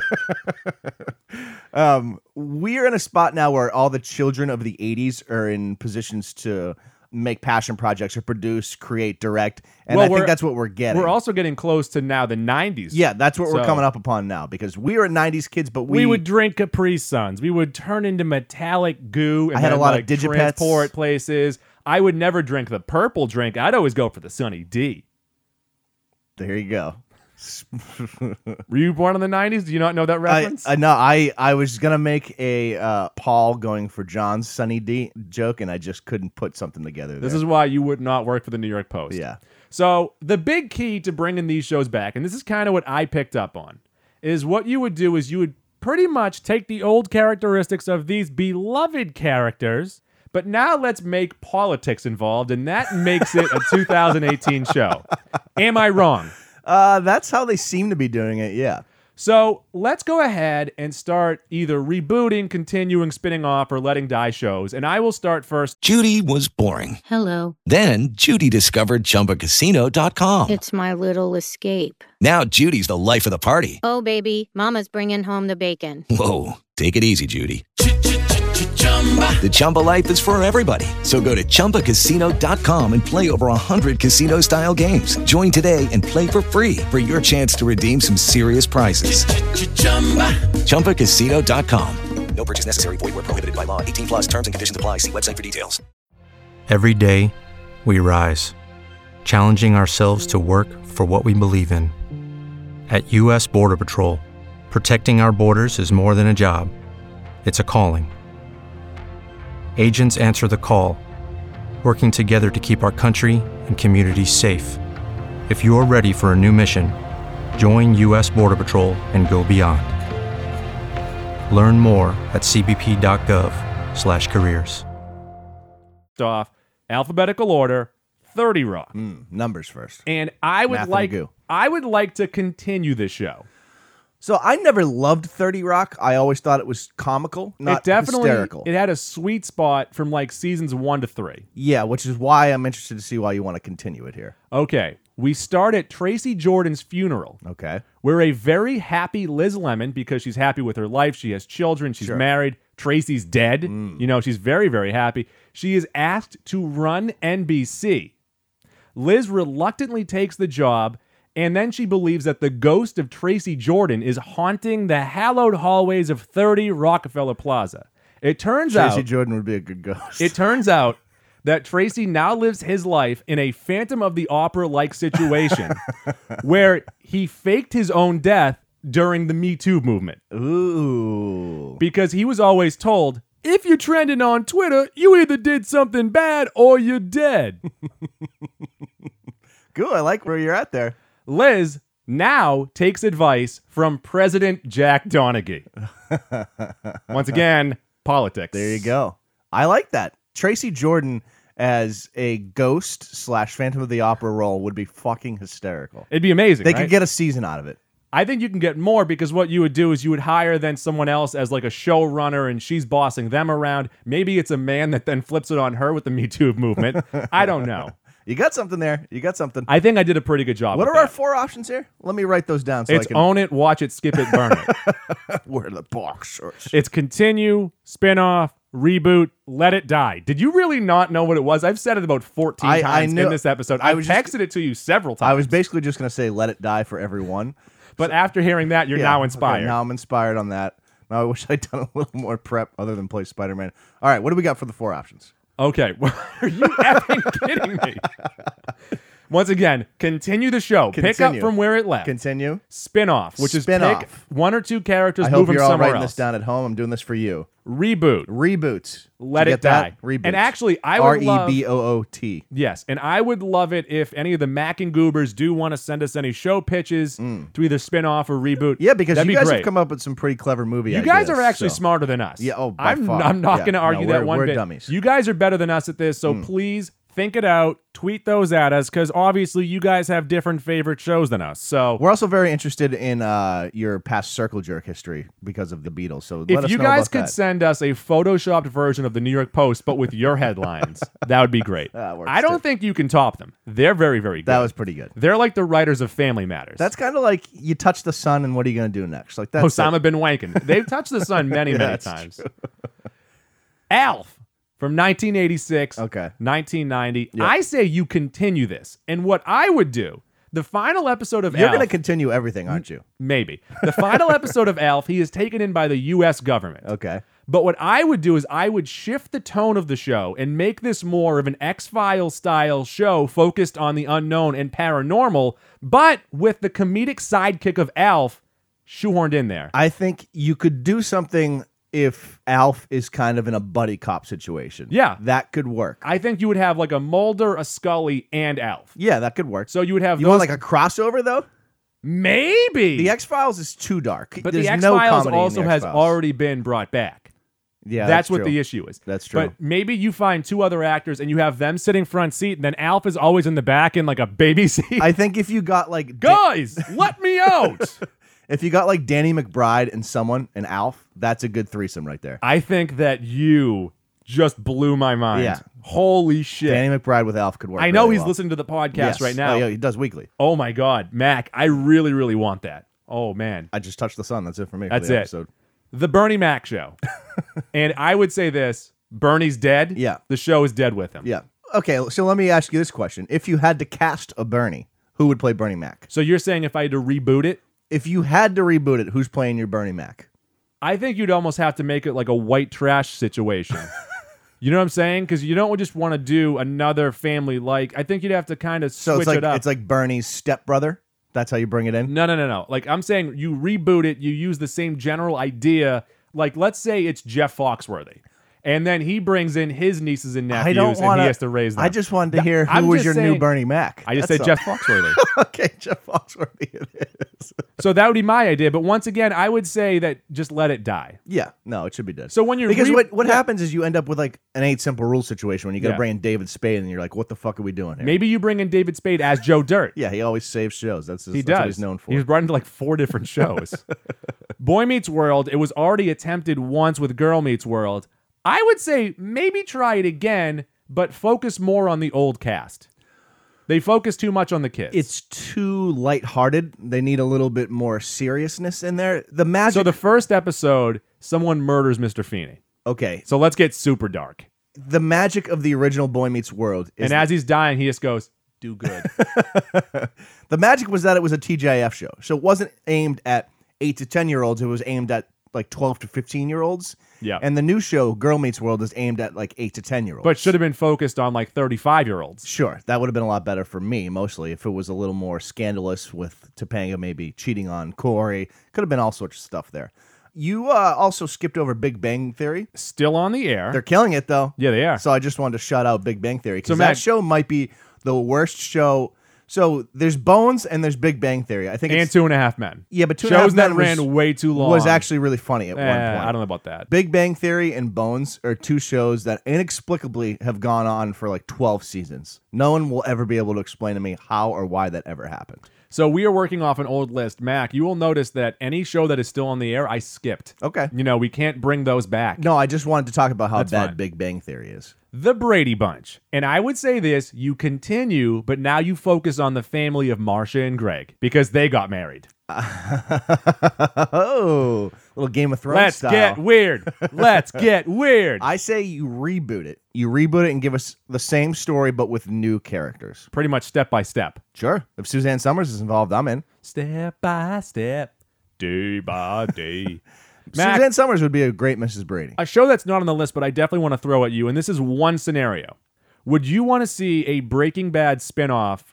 [SPEAKER 3] we're in a spot now where all the children of the 80s are in positions to make passion projects or produce, create, direct. And
[SPEAKER 2] Well,
[SPEAKER 3] I
[SPEAKER 2] we're-
[SPEAKER 3] think that's what we're getting.
[SPEAKER 2] We're also getting close to now the 90s.
[SPEAKER 3] yeah, that's what we're
[SPEAKER 2] So-
[SPEAKER 3] coming up upon now because we are 90s kids, but we,
[SPEAKER 2] We would drink Capri Suns. We would turn into metallic goo. And
[SPEAKER 3] I had a
[SPEAKER 2] then,
[SPEAKER 3] lot of
[SPEAKER 2] like,
[SPEAKER 3] Digipets.
[SPEAKER 2] transport places. I would never drink the purple drink. I'd always go for the Sunny D.
[SPEAKER 3] There you go.
[SPEAKER 2] Were you born in the 90s? Do you not know that
[SPEAKER 3] I,
[SPEAKER 2] reference?
[SPEAKER 3] I no, I I was gonna make a uh, Paul going for John's Sunny D joke, and I just couldn't put something together.
[SPEAKER 2] this
[SPEAKER 3] there.
[SPEAKER 2] is why you would not work for the New York Post.
[SPEAKER 3] yeah,
[SPEAKER 2] So the big key to bringing these shows back, and this is kind of what I picked up on, is what you would do is you would pretty much take the old characteristics of these beloved characters, but now let's make politics involved, and that makes it a 2018 show. Am I wrong?
[SPEAKER 3] uh, that's how they seem to be doing it. Yeah,
[SPEAKER 2] So let's go ahead and start either rebooting, continuing, spinning off, or letting die shows. And I will start first.
[SPEAKER 4] Judy was boring.
[SPEAKER 5] Hello,
[SPEAKER 4] Then Judy discovered ChumbaCasino.com.
[SPEAKER 5] it's my little escape.
[SPEAKER 4] Now Judy's the life of the party.
[SPEAKER 5] Oh, baby, Mama's bringing home the bacon.
[SPEAKER 4] Whoa, take it easy, Judy. The Chumba life is for everybody. So go to ChumbaCasino.com and play over 100 casino style games. Join today and play for free for your chance to redeem some serious prizes. ChumbaCasino.com. No purchase necessary. Void where prohibited by law. 18 plus terms and conditions apply. See website for details.
[SPEAKER 6] Every day, we rise, challenging ourselves to work for what we believe in. At U.S. Border Patrol, Protecting our borders is more than a job, it's a calling. Agents answer the call, working together to keep our country and communities safe. If you're ready for a new mission, join U.S. Border Patrol and go beyond. Learn more at cbp.gov/careers.
[SPEAKER 2] off alphabetical order, 30 Rock.
[SPEAKER 3] Numbers first.
[SPEAKER 2] And I would
[SPEAKER 3] Math and
[SPEAKER 2] like
[SPEAKER 3] goo.
[SPEAKER 2] I would like to continue this show.
[SPEAKER 3] So I never loved 30 Rock. I always thought it was comical, not
[SPEAKER 2] it definitely
[SPEAKER 3] hysterical.
[SPEAKER 2] it had a sweet spot from like seasons 1 to 3.
[SPEAKER 3] yeah, which is why I'm interested to see why you want to continue it here.
[SPEAKER 2] Okay, we start at Tracy Jordan's funeral.
[SPEAKER 3] Okay.
[SPEAKER 2] We're a very happy Liz Lemon because she's happy with her life. She has children. She's married. Tracy's dead. You know, she's very, very happy. She is asked to run NBC. Liz reluctantly takes the job, and then she believes that the ghost of Tracy Jordan is haunting the hallowed hallways of 30 Rockefeller Plaza. It turns
[SPEAKER 3] Tracy
[SPEAKER 2] out
[SPEAKER 3] Jordan would be a good ghost.
[SPEAKER 2] it turns out that Tracy now lives his life in a Phantom of the Opera like situation
[SPEAKER 3] (laughs)
[SPEAKER 2] where he faked his own death during the Me Too movement
[SPEAKER 3] (laughs) Ooh.
[SPEAKER 2] because he was always told if you're trending on Twitter, you either did something bad or you're
[SPEAKER 3] (laughs)
[SPEAKER 2] dead.
[SPEAKER 3] Good. I like where you're at there.
[SPEAKER 2] Liz now takes advice from President Jack
[SPEAKER 3] (laughs)
[SPEAKER 2] Donaghy. Once again, politics.
[SPEAKER 3] There you go. I like that. Tracy Jordan as a ghost slash Phantom of the Opera role would be fucking hysterical.
[SPEAKER 2] It'd be amazing.
[SPEAKER 3] They
[SPEAKER 2] right?
[SPEAKER 3] could get a season out of it.
[SPEAKER 2] I think you can get more because what you would do is you would hire then someone else as like a showrunner and she's bossing them around. Maybe it's a man that then flips it on her with the Me Too movement. I don't
[SPEAKER 3] (laughs)
[SPEAKER 2] know.
[SPEAKER 3] You got something there. You got something.
[SPEAKER 2] I think I did a pretty good job.
[SPEAKER 3] what
[SPEAKER 2] with
[SPEAKER 3] are our
[SPEAKER 2] that.
[SPEAKER 3] four options here? Let me write those down so
[SPEAKER 2] It's
[SPEAKER 3] I can (laughs)
[SPEAKER 2] own it, watch it, skip it, burn it.
[SPEAKER 3] word the box. Or
[SPEAKER 2] it's continue, spin off, reboot, let it die. Did you really not know what it was? I've said it about 14
[SPEAKER 3] I- I
[SPEAKER 2] times
[SPEAKER 3] knew-
[SPEAKER 2] in this episode. I,
[SPEAKER 3] I
[SPEAKER 2] have
[SPEAKER 3] was
[SPEAKER 2] texted
[SPEAKER 3] just-
[SPEAKER 2] it to you several times.
[SPEAKER 3] I was basically just gonna say let it die for everyone.
[SPEAKER 2] but after hearing that, you're
[SPEAKER 3] Yeah,
[SPEAKER 2] now
[SPEAKER 3] okay,
[SPEAKER 2] inspired.
[SPEAKER 3] now I'm inspired on that. Now I wish I'd done a little more prep other than play Spider Man. All right, what do we got for the four options?
[SPEAKER 2] Okay. (laughs) Are you
[SPEAKER 3] (laughs)
[SPEAKER 2] effing kidding me? Once again, continue the show. Pick up
[SPEAKER 3] Continue.
[SPEAKER 2] from where it left.
[SPEAKER 3] Continue.
[SPEAKER 2] Spin-off, which is pick
[SPEAKER 3] Spin-off.
[SPEAKER 2] one or two characters,
[SPEAKER 3] I
[SPEAKER 2] move
[SPEAKER 3] hope
[SPEAKER 2] them
[SPEAKER 3] you're all
[SPEAKER 2] somewhere
[SPEAKER 3] writing
[SPEAKER 2] else.
[SPEAKER 3] this down at home. I'm doing this for you.
[SPEAKER 2] Reboot.
[SPEAKER 3] Reboots.
[SPEAKER 2] Let
[SPEAKER 3] Did you
[SPEAKER 2] it
[SPEAKER 3] get that?
[SPEAKER 2] die.
[SPEAKER 3] Reboots.
[SPEAKER 2] And actually, I would love-
[SPEAKER 3] R E B O O T.
[SPEAKER 2] Yes, and I would love it if any of the Mac and Goobers do want to send us any show pitches to either spin-off or reboot.
[SPEAKER 3] Mm. Yeah, because
[SPEAKER 2] That'd
[SPEAKER 3] you
[SPEAKER 2] be
[SPEAKER 3] guys
[SPEAKER 2] great.
[SPEAKER 3] have come up with some pretty clever movie.
[SPEAKER 2] You guys
[SPEAKER 3] ideas,
[SPEAKER 2] are actually
[SPEAKER 3] so.
[SPEAKER 2] smarter than us.
[SPEAKER 3] Yeah, oh, by
[SPEAKER 2] I'm,
[SPEAKER 3] far.
[SPEAKER 2] I'm not
[SPEAKER 3] Yeah,
[SPEAKER 2] going to
[SPEAKER 3] no,
[SPEAKER 2] argue that
[SPEAKER 3] we're-
[SPEAKER 2] one
[SPEAKER 3] we're
[SPEAKER 2] bit.
[SPEAKER 3] dummies. Hmm.
[SPEAKER 2] You guys are better than us at this, so please think it out. Tweet those at us because obviously you guys have different favorite shows than us. So
[SPEAKER 3] We're also very interested in uh, your past circle jerk history because of the Beatles. So let
[SPEAKER 2] if
[SPEAKER 3] us
[SPEAKER 2] you
[SPEAKER 3] know
[SPEAKER 2] guys
[SPEAKER 3] about
[SPEAKER 2] could
[SPEAKER 3] that.
[SPEAKER 2] send us a photoshopped version of the New York Post, but with your
[SPEAKER 3] (laughs)
[SPEAKER 2] headlines, that would be great.
[SPEAKER 3] That works,
[SPEAKER 2] I don't
[SPEAKER 3] too.
[SPEAKER 2] think you can top them. They're very, very good.
[SPEAKER 3] that was pretty good.
[SPEAKER 2] They're like the writers of Family Matters.
[SPEAKER 3] That's kind of like you touch the sun, and what are you going to do next? Like that's
[SPEAKER 2] Osama
[SPEAKER 3] it.
[SPEAKER 2] bin Wankin. They've touched the sun
[SPEAKER 3] (laughs)
[SPEAKER 2] many, many
[SPEAKER 3] that's
[SPEAKER 2] times. Alf from 1986,
[SPEAKER 3] Okay.
[SPEAKER 2] 1990. I say you continue this, and what I would do. The final episode of
[SPEAKER 3] You're
[SPEAKER 2] Alf,
[SPEAKER 3] going to continue everything, aren't you?
[SPEAKER 2] maybe the
[SPEAKER 3] (laughs)
[SPEAKER 2] final episode of Alf, he is taken in by the U.S. government.
[SPEAKER 3] Okay.
[SPEAKER 2] But what I would do is I would shift the tone of the show and make this more of an X Files style show focused on the unknown and paranormal, but with the comedic sidekick of Alf shoehorned in there.
[SPEAKER 3] I think you could do something if Alf is kind of in a buddy cop situation.
[SPEAKER 2] Yeah.
[SPEAKER 3] that could work.
[SPEAKER 2] I think you would have like a Mulder, a Scully, and Alf.
[SPEAKER 3] yeah, that could work.
[SPEAKER 2] So you would have
[SPEAKER 3] you
[SPEAKER 2] those
[SPEAKER 3] want like a crossover though?
[SPEAKER 2] maybe.
[SPEAKER 3] The X Files is too dark.
[SPEAKER 2] but
[SPEAKER 3] There's
[SPEAKER 2] the X
[SPEAKER 3] no
[SPEAKER 2] Files
[SPEAKER 3] comedy in the
[SPEAKER 2] also has
[SPEAKER 3] X-Files.
[SPEAKER 2] already been brought back.
[SPEAKER 3] Yeah,
[SPEAKER 2] that's what
[SPEAKER 3] true.
[SPEAKER 2] the issue is.
[SPEAKER 3] That's true.
[SPEAKER 2] But maybe you find two other actors and you have them sitting front seat, and then Alf is always in the back in like a baby (laughs) seat.
[SPEAKER 3] I think if you got like Da-
[SPEAKER 2] Guys, let me out. (laughs)
[SPEAKER 3] if you got like Danny McBride and someone and Alf, that's a good threesome right there.
[SPEAKER 2] I think that you just blew my mind.
[SPEAKER 3] Yeah.
[SPEAKER 2] Holy shit.
[SPEAKER 3] Danny McBride with Alf could work.
[SPEAKER 2] I know
[SPEAKER 3] really
[SPEAKER 2] he's
[SPEAKER 3] well.
[SPEAKER 2] listening to the podcast
[SPEAKER 3] Yes.
[SPEAKER 2] right now.
[SPEAKER 3] Oh, yeah, he does weekly.
[SPEAKER 2] Oh my God, Mac, I really, really want that. Oh man.
[SPEAKER 3] I just touched the sun. That's it for me.
[SPEAKER 2] That's
[SPEAKER 3] for the
[SPEAKER 2] it.
[SPEAKER 3] Episode.
[SPEAKER 2] The Bernie Mac
[SPEAKER 3] (laughs)
[SPEAKER 2] show. and I would say this Bernie's dead.
[SPEAKER 3] Yeah.
[SPEAKER 2] The show is dead with him.
[SPEAKER 3] Yeah. Okay. So let me ask you this question: If you had to cast a Bernie, who would play Bernie Mac?
[SPEAKER 2] So you're saying if I had to reboot it,
[SPEAKER 3] If you had to reboot it, who's playing your Bernie Mac?
[SPEAKER 2] I think you'd almost have to make it like a white trash
[SPEAKER 3] (laughs)
[SPEAKER 2] situation. you know what I'm saying? Because you don't just want to do another family like. I think you'd have to kind of
[SPEAKER 3] So
[SPEAKER 2] switch
[SPEAKER 3] it's like
[SPEAKER 2] it up.
[SPEAKER 3] it's like Bernie's stepbrother That's how you bring it in.
[SPEAKER 2] No, no, no, no. Like I'm saying, you reboot it. You use the same general idea. Like let's say it's Jeff Foxworthy, and then he brings in his nieces and nephews,
[SPEAKER 3] I don't want
[SPEAKER 2] and he has to raise them.
[SPEAKER 3] I just wanted to hear who
[SPEAKER 2] I'm just
[SPEAKER 3] was your new
[SPEAKER 2] saying-
[SPEAKER 3] Bernie Mac.
[SPEAKER 2] I just
[SPEAKER 3] That's
[SPEAKER 2] said
[SPEAKER 3] all.
[SPEAKER 2] Jeff Foxworthy.
[SPEAKER 3] (laughs) okay, Jeff Foxworthy. It is.
[SPEAKER 2] so that would be my idea. But once again, I would say that just let it die.
[SPEAKER 3] Yeah, no, it should be dead.
[SPEAKER 2] So when you're
[SPEAKER 3] because
[SPEAKER 2] re-
[SPEAKER 3] what what
[SPEAKER 2] yeah.
[SPEAKER 3] happens is you end up with like an eight simple rule situation when you got to
[SPEAKER 2] Yeah.
[SPEAKER 3] bring in David Spade and you're like, what the fuck are we doing here?
[SPEAKER 2] Maybe you bring in David Spade as Joe Dirt.
[SPEAKER 3] Yeah, he always saves shows. That's, his,
[SPEAKER 2] He
[SPEAKER 3] that's
[SPEAKER 2] does.
[SPEAKER 3] what he's known for.
[SPEAKER 2] He was brought into like four different shows.
[SPEAKER 3] (laughs)
[SPEAKER 2] Boy Meets World. It was already attempted once with Girl Meets World. I would say maybe try it again, but focus more on the old cast. They focus too much on the kids.
[SPEAKER 3] it's too lighthearted. They need a little bit more seriousness in there. The magic.
[SPEAKER 2] so the first episode, someone murders Mr. Feeney.
[SPEAKER 3] okay,
[SPEAKER 2] So let's get super dark.
[SPEAKER 3] the magic of the original Boy Meets World. Is
[SPEAKER 2] and as he's dying, he just goes, "Do good."
[SPEAKER 3] (laughs) the magic was that it was a TGIF show, so it wasn't aimed at eight to ten year olds. It was aimed at like twelve to fifteen year olds.
[SPEAKER 2] Yeah.
[SPEAKER 3] And the new show, Girl Meets World, is aimed at like eight to ten year olds.
[SPEAKER 2] but should have been focused on like thirty-five-year-olds.
[SPEAKER 3] Sure, that would have been a lot better for me, mostly if it was a little more scandalous with Topanga maybe cheating on Corey. Could have been all sorts of stuff there. You uh, also skipped over Big Bang Theory.
[SPEAKER 2] Still on the air.
[SPEAKER 3] They're killing it though.
[SPEAKER 2] Yeah, they are.
[SPEAKER 3] So I just wanted to shout out Big Bang Theory because
[SPEAKER 2] So,
[SPEAKER 3] that
[SPEAKER 2] Matt-
[SPEAKER 3] show might be the worst show. So there's Bones and there's Big Bang Theory. I think
[SPEAKER 2] and
[SPEAKER 3] it's,
[SPEAKER 2] Two and a Half Men.
[SPEAKER 3] yeah, but two and a
[SPEAKER 2] shows
[SPEAKER 3] half
[SPEAKER 2] that
[SPEAKER 3] Men
[SPEAKER 2] ran
[SPEAKER 3] was,
[SPEAKER 2] way too long
[SPEAKER 3] was actually really funny at
[SPEAKER 2] Eh,
[SPEAKER 3] one point.
[SPEAKER 2] I don't know about that.
[SPEAKER 3] Big Bang Theory and Bones are two shows that inexplicably have gone on for like 12 seasons. No one will ever be able to explain to me how or why that ever happened.
[SPEAKER 2] So we are working off an old list. Mac, you will notice that any show that is still on the air, I skipped.
[SPEAKER 3] Okay.
[SPEAKER 2] You know, we can't bring those back.
[SPEAKER 3] No, I just wanted to talk about how
[SPEAKER 2] That's
[SPEAKER 3] bad
[SPEAKER 2] fine.
[SPEAKER 3] Big Bang Theory is. (laughs)
[SPEAKER 2] The Brady Bunch. And I would say this you continue, but now you focus on the family of Marsha and Greg because they got married.
[SPEAKER 3] oh, little Game of Thrones
[SPEAKER 2] Let's
[SPEAKER 3] style.
[SPEAKER 2] get
[SPEAKER 3] (laughs)
[SPEAKER 2] weird. Let's get weird.
[SPEAKER 3] I say you reboot it. You reboot it and give us the same story but with new characters.
[SPEAKER 2] Pretty much step by step.
[SPEAKER 3] Sure. If Suzanne Summers is involved, I'm in.
[SPEAKER 2] Step by step, day by day. Mac,
[SPEAKER 3] Suzanne Summers would be a great Mrs. Brady.
[SPEAKER 2] a show that's not on the list, but I definitely want to throw at you, and this is one scenario. Would you want to see a Breaking Bad spinoff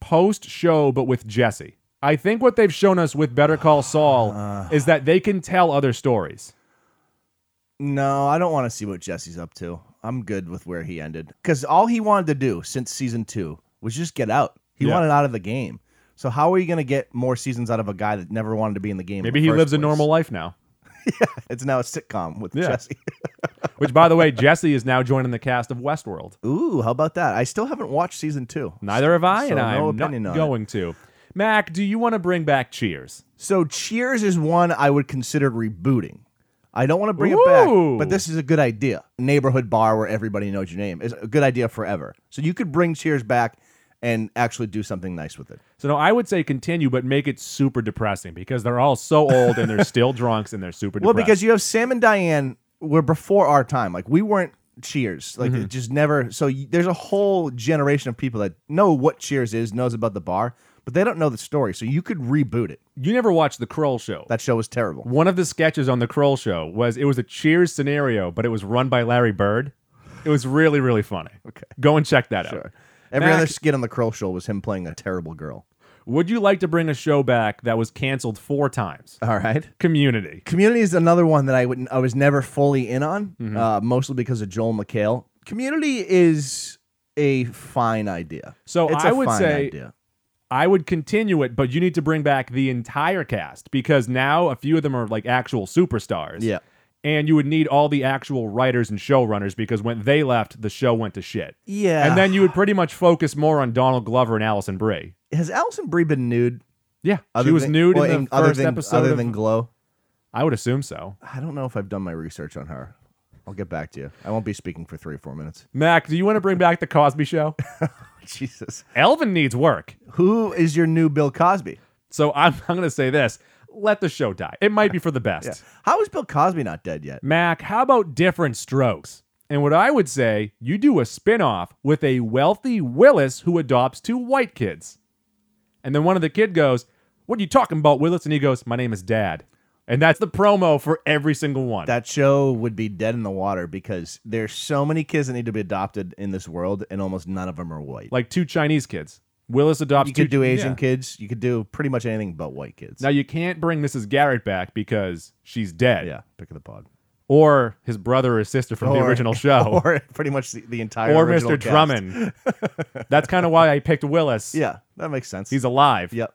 [SPEAKER 2] post show, but with Jesse? I think what they've shown us with Better Call Saul is that they can tell other stories.
[SPEAKER 3] No, I don't want to see what Jesse's up to. I'm good with where he ended. Because all he wanted to do since season two was just get out. He
[SPEAKER 2] Yeah.
[SPEAKER 3] wanted out of the game. So how are you going to get more seasons out of a guy that never wanted to be in the game? in
[SPEAKER 2] Maybe
[SPEAKER 3] the
[SPEAKER 2] he
[SPEAKER 3] first
[SPEAKER 2] lives a
[SPEAKER 3] place?
[SPEAKER 2] normal life now.
[SPEAKER 3] (laughs) It's now a sitcom with
[SPEAKER 2] Yeah.
[SPEAKER 3] Jesse. (laughs)
[SPEAKER 2] Which, by the way, (laughs) Jesse is now joining the cast of Westworld.
[SPEAKER 3] Ooh, how about that? I still haven't watched season two.
[SPEAKER 2] Neither have I, and
[SPEAKER 3] So no
[SPEAKER 2] I'm
[SPEAKER 3] opinion
[SPEAKER 2] not
[SPEAKER 3] on it.
[SPEAKER 2] going to. Mac, do you want to bring back Cheers?
[SPEAKER 3] So Cheers is one I would consider rebooting. I don't want to bring it back,
[SPEAKER 2] Ooh.
[SPEAKER 3] but this is a good idea. Neighborhood bar where everybody knows your name is a good idea forever. So you could bring Cheers back and actually do something nice with it.
[SPEAKER 2] So no, I would say continue, but make it super depressing because they're all so old and
[SPEAKER 3] (laughs)
[SPEAKER 2] they're still drunks and they're super.
[SPEAKER 3] Well,
[SPEAKER 2] Depressed.
[SPEAKER 3] because you have Sam and Diane were before our time. Like we weren't Cheers. Like it just never. So y- there's a whole generation of people that know what Cheers is, knows about the bar, but they don't know the story. So you could reboot it.
[SPEAKER 2] you never watched the Kroll show.
[SPEAKER 3] That show was terrible.
[SPEAKER 2] One of the sketches on the Kroll show was it was a Cheers scenario, but it was run by Larry Bird. It was really really funny. okay, go and check that out.
[SPEAKER 3] Every
[SPEAKER 2] Mac-
[SPEAKER 3] other skit on the Kroll show was him playing a terrible girl.
[SPEAKER 2] Would you like to bring a show back that was canceled four times?
[SPEAKER 3] All right.
[SPEAKER 2] Community.
[SPEAKER 3] Community is another one that I would I was never fully in on,
[SPEAKER 2] Mm-hmm.
[SPEAKER 3] uh, mostly because of Joel McHale. Community is a fine idea.
[SPEAKER 2] So
[SPEAKER 3] it's
[SPEAKER 2] I
[SPEAKER 3] a
[SPEAKER 2] would
[SPEAKER 3] fine
[SPEAKER 2] say-
[SPEAKER 3] idea.
[SPEAKER 2] I would continue it, but you need to bring back the entire cast because now a few of them are like actual superstars.
[SPEAKER 3] Yeah.
[SPEAKER 2] And you would need all the actual writers and showrunners because when they left, the show went to shit.
[SPEAKER 3] Yeah.
[SPEAKER 2] And then you would pretty much focus more on Donald Glover and Allison Brie.
[SPEAKER 3] Has Allison Brie been nude?
[SPEAKER 2] Yeah.
[SPEAKER 3] Other
[SPEAKER 2] she was
[SPEAKER 3] than-
[SPEAKER 2] nude
[SPEAKER 3] well,
[SPEAKER 2] in the
[SPEAKER 3] other
[SPEAKER 2] first
[SPEAKER 3] than-
[SPEAKER 2] episode.
[SPEAKER 3] Other
[SPEAKER 2] of-
[SPEAKER 3] than Glow,
[SPEAKER 2] I would assume so.
[SPEAKER 3] I don't know if I've done my research on her. I'll get back to you. I won't be speaking for three or four minutes. (laughs)
[SPEAKER 2] Mac, do you want to bring back the Cosby Show?
[SPEAKER 3] Jesus,
[SPEAKER 2] Elvin needs work.
[SPEAKER 3] who is your new
[SPEAKER 2] (laughs)
[SPEAKER 3] Bill Cosby?
[SPEAKER 2] So I'm, I'm going to say this let the show die. It might be
[SPEAKER 3] (laughs)
[SPEAKER 2] for the best.
[SPEAKER 3] How is Bill Cosby not dead yet?
[SPEAKER 2] Mac, how about different strokes? And what I would say, you do a spin-off with a wealthy Willis who adopts two white kids. And then one of the kid goes, "What are you talking about, Willis?" and he goes, "My name is Dad." And that's the promo for every single one.
[SPEAKER 3] That show would be dead in the water because there's so many kids that need to be adopted in this world, and almost none of them are white.
[SPEAKER 2] like two Chinese kids. Willis adopts
[SPEAKER 3] You could
[SPEAKER 2] two
[SPEAKER 3] do Asian
[SPEAKER 2] yeah.
[SPEAKER 3] kids. You could do pretty much anything but white kids.
[SPEAKER 2] Now you can't bring Mrs. Garrett back because she's dead.
[SPEAKER 3] yeah, pick of the pod.
[SPEAKER 2] Or his brother or sister from the
[SPEAKER 3] Or- (laughs)
[SPEAKER 2] original show.
[SPEAKER 3] or pretty much the, the entire
[SPEAKER 2] Or
[SPEAKER 3] original
[SPEAKER 2] Mr.
[SPEAKER 3] cast. (laughs)
[SPEAKER 2] Drummond. That's kind of why I picked Willis.
[SPEAKER 3] Yeah, that makes sense.
[SPEAKER 2] He's alive.
[SPEAKER 3] yep.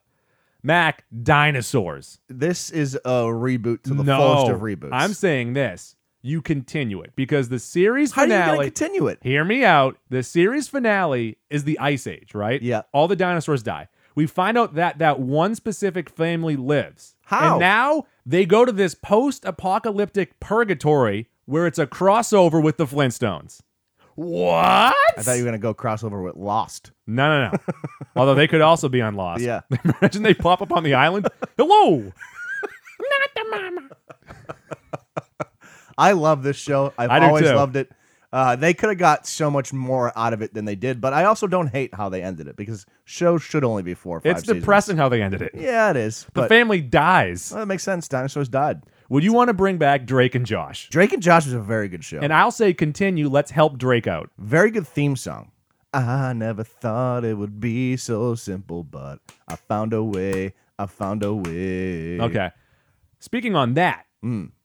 [SPEAKER 2] Mac, dinosaurs.
[SPEAKER 3] This is a reboot to the
[SPEAKER 2] no.
[SPEAKER 3] fullest of reboots.
[SPEAKER 2] I'm saying this. You continue it because the series
[SPEAKER 3] how are you
[SPEAKER 2] finale.
[SPEAKER 3] going to continue it?
[SPEAKER 2] Hear me out. The series finale is the Ice Age, right?
[SPEAKER 3] Yeah.
[SPEAKER 2] All the dinosaurs die. We find out that that one specific family lives.
[SPEAKER 3] How?
[SPEAKER 2] And now they go to this post-apocalyptic purgatory where it's a crossover with the Flintstones. What?
[SPEAKER 3] I thought you were going to go crossover with Lost.
[SPEAKER 2] no, no,
[SPEAKER 3] (laughs)
[SPEAKER 2] no. Although they could also be on Lost.
[SPEAKER 3] Yeah.
[SPEAKER 2] (laughs) Imagine they pop up on the island. Hello. Not the mama.
[SPEAKER 3] I love this show. I've
[SPEAKER 2] I do
[SPEAKER 3] always
[SPEAKER 2] too.
[SPEAKER 3] loved it. Uh, they could have got so much more out of it than they did, but I also don't hate how they ended it because shows should only be four or five
[SPEAKER 2] It's
[SPEAKER 3] seasons.
[SPEAKER 2] depressing how they ended it.
[SPEAKER 3] Yeah, it is.
[SPEAKER 2] The
[SPEAKER 3] but
[SPEAKER 2] family dies.
[SPEAKER 3] well, that makes sense. Dinosaurs died.
[SPEAKER 2] Would you want to bring back Drake and Josh?
[SPEAKER 3] Drake and Josh is a very good show.
[SPEAKER 2] And I'll say continue. Let's help Drake out.
[SPEAKER 3] Very good theme song. I never thought it would be so simple, but I found a way. I found a way.
[SPEAKER 2] Okay. Speaking on that,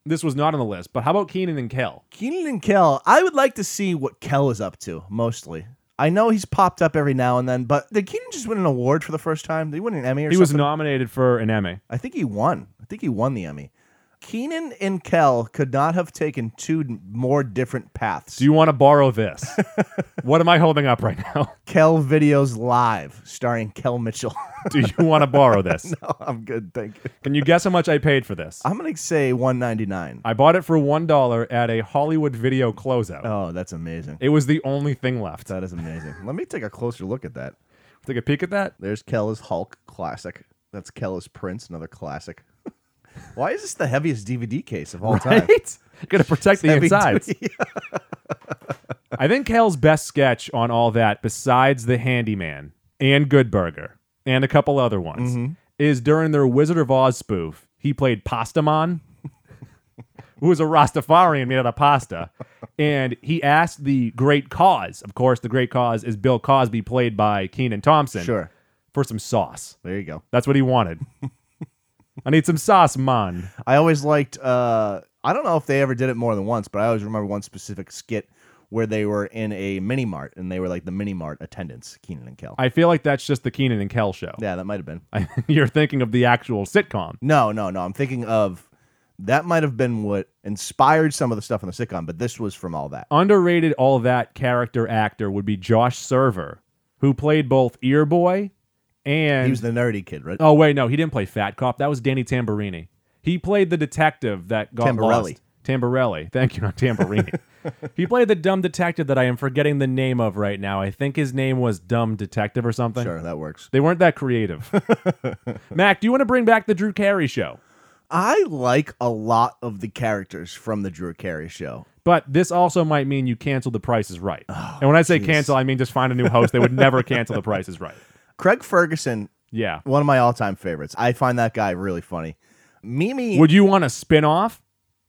[SPEAKER 2] this was not on the list, but how about Keenan and Kel?
[SPEAKER 3] Keenan and Kel, I would like to see what Kel is up to mostly. I know he's popped up every now and then, but did Keenan just win an award for the first time? Did he win an Emmy or
[SPEAKER 2] He was
[SPEAKER 3] something?
[SPEAKER 2] nominated for an Emmy.
[SPEAKER 3] I think he won. I think he won the Emmy. Keenan and Kel could not have taken two n- more different paths.
[SPEAKER 2] Do you want to borrow this? (laughs) what am I holding up right now?
[SPEAKER 3] Kel Videos Live, starring Kel Mitchell.
[SPEAKER 2] (laughs)
[SPEAKER 3] (laughs)
[SPEAKER 2] Do you want to borrow this?
[SPEAKER 3] no, I'm good, thank you.
[SPEAKER 2] (laughs) Can you guess how much I paid for this?
[SPEAKER 3] I'm gonna say 199.
[SPEAKER 2] I bought it for $1 at a Hollywood video closeout.
[SPEAKER 3] Oh, that's amazing.
[SPEAKER 2] It was the only thing left.
[SPEAKER 3] That is amazing. Let me take a closer look at that.
[SPEAKER 2] Take a peek at that.
[SPEAKER 3] There's Kel's Hulk classic. That's Kel's Prince, another classic. (laughs) Why is this the heaviest DVD case of all time?
[SPEAKER 2] (laughs) Right? You gotta protect (laughs) the (laughs)
[SPEAKER 3] Heavy
[SPEAKER 2] insides. I think Kel's best sketch on all that, besides the handyman and Good Burger and a couple other ones, is during their Wizard of Oz spoof. He played Pastamon, (laughs) who was a Rastafarian made out of pasta. And he asked the great cause, of course, the great cause is Bill Cosby, played by Keenan (laughs) Thompson,
[SPEAKER 3] Sure.
[SPEAKER 2] for some sauce.
[SPEAKER 3] There you go.
[SPEAKER 2] That's what he wanted. I need some sauce, man.
[SPEAKER 3] I always liked. Uh, I don't know if they ever did it more than once, but I always remember one specific skit where they were in a mini mart and they were like the mini mart attendants, Keenan and Kel.
[SPEAKER 2] I feel like that's just the Keenan and Kel show. (laughs)
[SPEAKER 3] yeah, that might have been.
[SPEAKER 2] You're thinking of the actual sitcom.
[SPEAKER 3] No, no, no. I'm thinking of that might have been what inspired some of the stuff in the sitcom, but this was from all that.
[SPEAKER 2] Underrated all that character actor would be Josh Server, who played both Ear Boy and
[SPEAKER 3] He was the nerdy kid, right?
[SPEAKER 2] Oh wait, no, he didn't play Fat Cop. That was Danny Tamburini. He played the detective that got
[SPEAKER 3] Tamburelli.
[SPEAKER 2] lost. Tamburelli. Thank you, not
[SPEAKER 3] (laughs)
[SPEAKER 2] Tamburini. he played the dumb detective that I am forgetting the name of right now. I think his name was Dumb Detective or something.
[SPEAKER 3] Sure, that works.
[SPEAKER 2] They weren't that creative.
[SPEAKER 3] (laughs)
[SPEAKER 2] Mac, do you want to bring back the Drew Carey show?
[SPEAKER 3] I like a lot of the characters from the Drew Carey show.
[SPEAKER 2] But this also might mean you cancel The Price is Right.
[SPEAKER 3] Oh,
[SPEAKER 2] and when I say cancel, I mean just find a new host. They would
[SPEAKER 3] (laughs)
[SPEAKER 2] never cancel The Price is Right.
[SPEAKER 3] Craig Ferguson,
[SPEAKER 2] Yeah.
[SPEAKER 3] one of my all-time favorites. I find that guy really funny. Mimi,
[SPEAKER 2] Would you want a spin off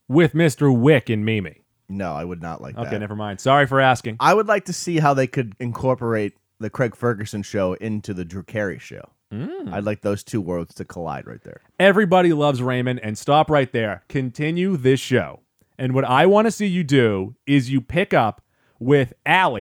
[SPEAKER 2] with Mr. Wick and Mimi?
[SPEAKER 3] no, I would not like
[SPEAKER 2] Okay,
[SPEAKER 3] that.
[SPEAKER 2] never mind. Sorry for asking.
[SPEAKER 3] I would like to see how they could incorporate the Craig Ferguson show into the Drew Carey show.
[SPEAKER 2] Hmm.
[SPEAKER 3] I'd like those two worlds to collide right there.
[SPEAKER 2] Everybody loves Raymond, and stop right there. Continue this show. And what I want to see you do is you pick up with Allie.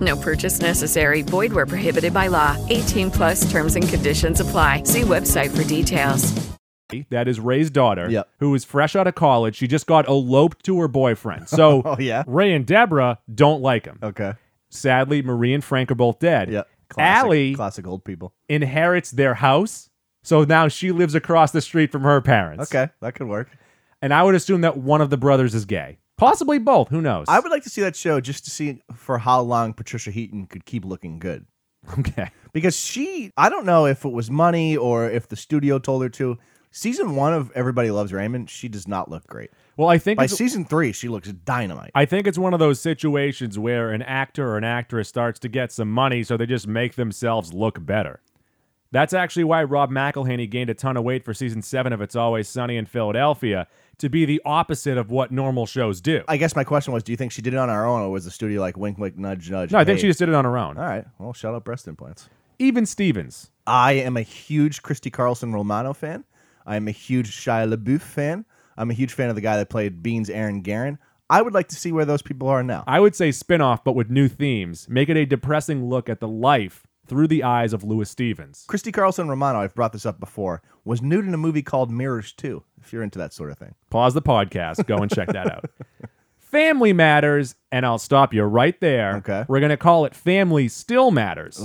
[SPEAKER 7] No purchase necessary. Void where prohibited by law. 18 plus terms and conditions apply. See website for details.
[SPEAKER 2] That is Ray's daughter,
[SPEAKER 3] Yep.
[SPEAKER 2] who is fresh out of college. She just got eloped to her boyfriend. So
[SPEAKER 3] (laughs) Oh, yeah?
[SPEAKER 2] Ray and Deborah don't like him.
[SPEAKER 3] Okay.
[SPEAKER 2] Sadly, Marie and Frank are both dead.
[SPEAKER 3] Yeah.
[SPEAKER 2] Allie
[SPEAKER 3] classic old people.
[SPEAKER 2] inherits their house. So now she lives across the street from her parents.
[SPEAKER 3] Okay, that could work.
[SPEAKER 2] And I would assume that one of the brothers is gay. Possibly both. Who knows?
[SPEAKER 3] I would like to see that show just to see for how long Patricia Heaton could keep looking good.
[SPEAKER 2] (laughs) Okay.
[SPEAKER 3] because she i don't know if it was money or if the studio told her to Season one of Everybody Loves Raymond, she does not look great.
[SPEAKER 2] Well, I think
[SPEAKER 3] By
[SPEAKER 2] it's-
[SPEAKER 3] season three, she looks dynamite.
[SPEAKER 2] I think it's one of those situations where an actor or an actress starts to get some money, so they just make themselves look better. That's actually why Rob McElhaney gained a ton of weight for season seven of It's Always Sunny in Philadelphia to be the opposite of what normal shows do.
[SPEAKER 3] I guess my question was, do you think she did it on her own, or was the studio like wink, wink, nudge, nudge?
[SPEAKER 2] no, I think
[SPEAKER 3] hey,
[SPEAKER 2] she just did it on her own.
[SPEAKER 3] All right. Well, shout out breast implants.
[SPEAKER 2] Even Stevens.
[SPEAKER 3] I am a huge Christy Carlson Romano fan. I am a huge Shia LaBeouf fan. I'm a huge fan of the guy that played Beans, Aaron Guerin. I would like to see where those people are now.
[SPEAKER 2] I would say spin off, but with new themes. Make it a depressing look at the life through the eyes of Lewis Stevens.
[SPEAKER 3] Christy Carlson Romano, I've brought this up before, was nude in a movie called Mirrors 2, if you're into that sort of thing.
[SPEAKER 2] Pause the podcast. Go and check that
[SPEAKER 3] (laughs)
[SPEAKER 2] out. Family Matters, and I'll stop you right there.
[SPEAKER 3] Okay.
[SPEAKER 2] We're going to call it Family Still Matters.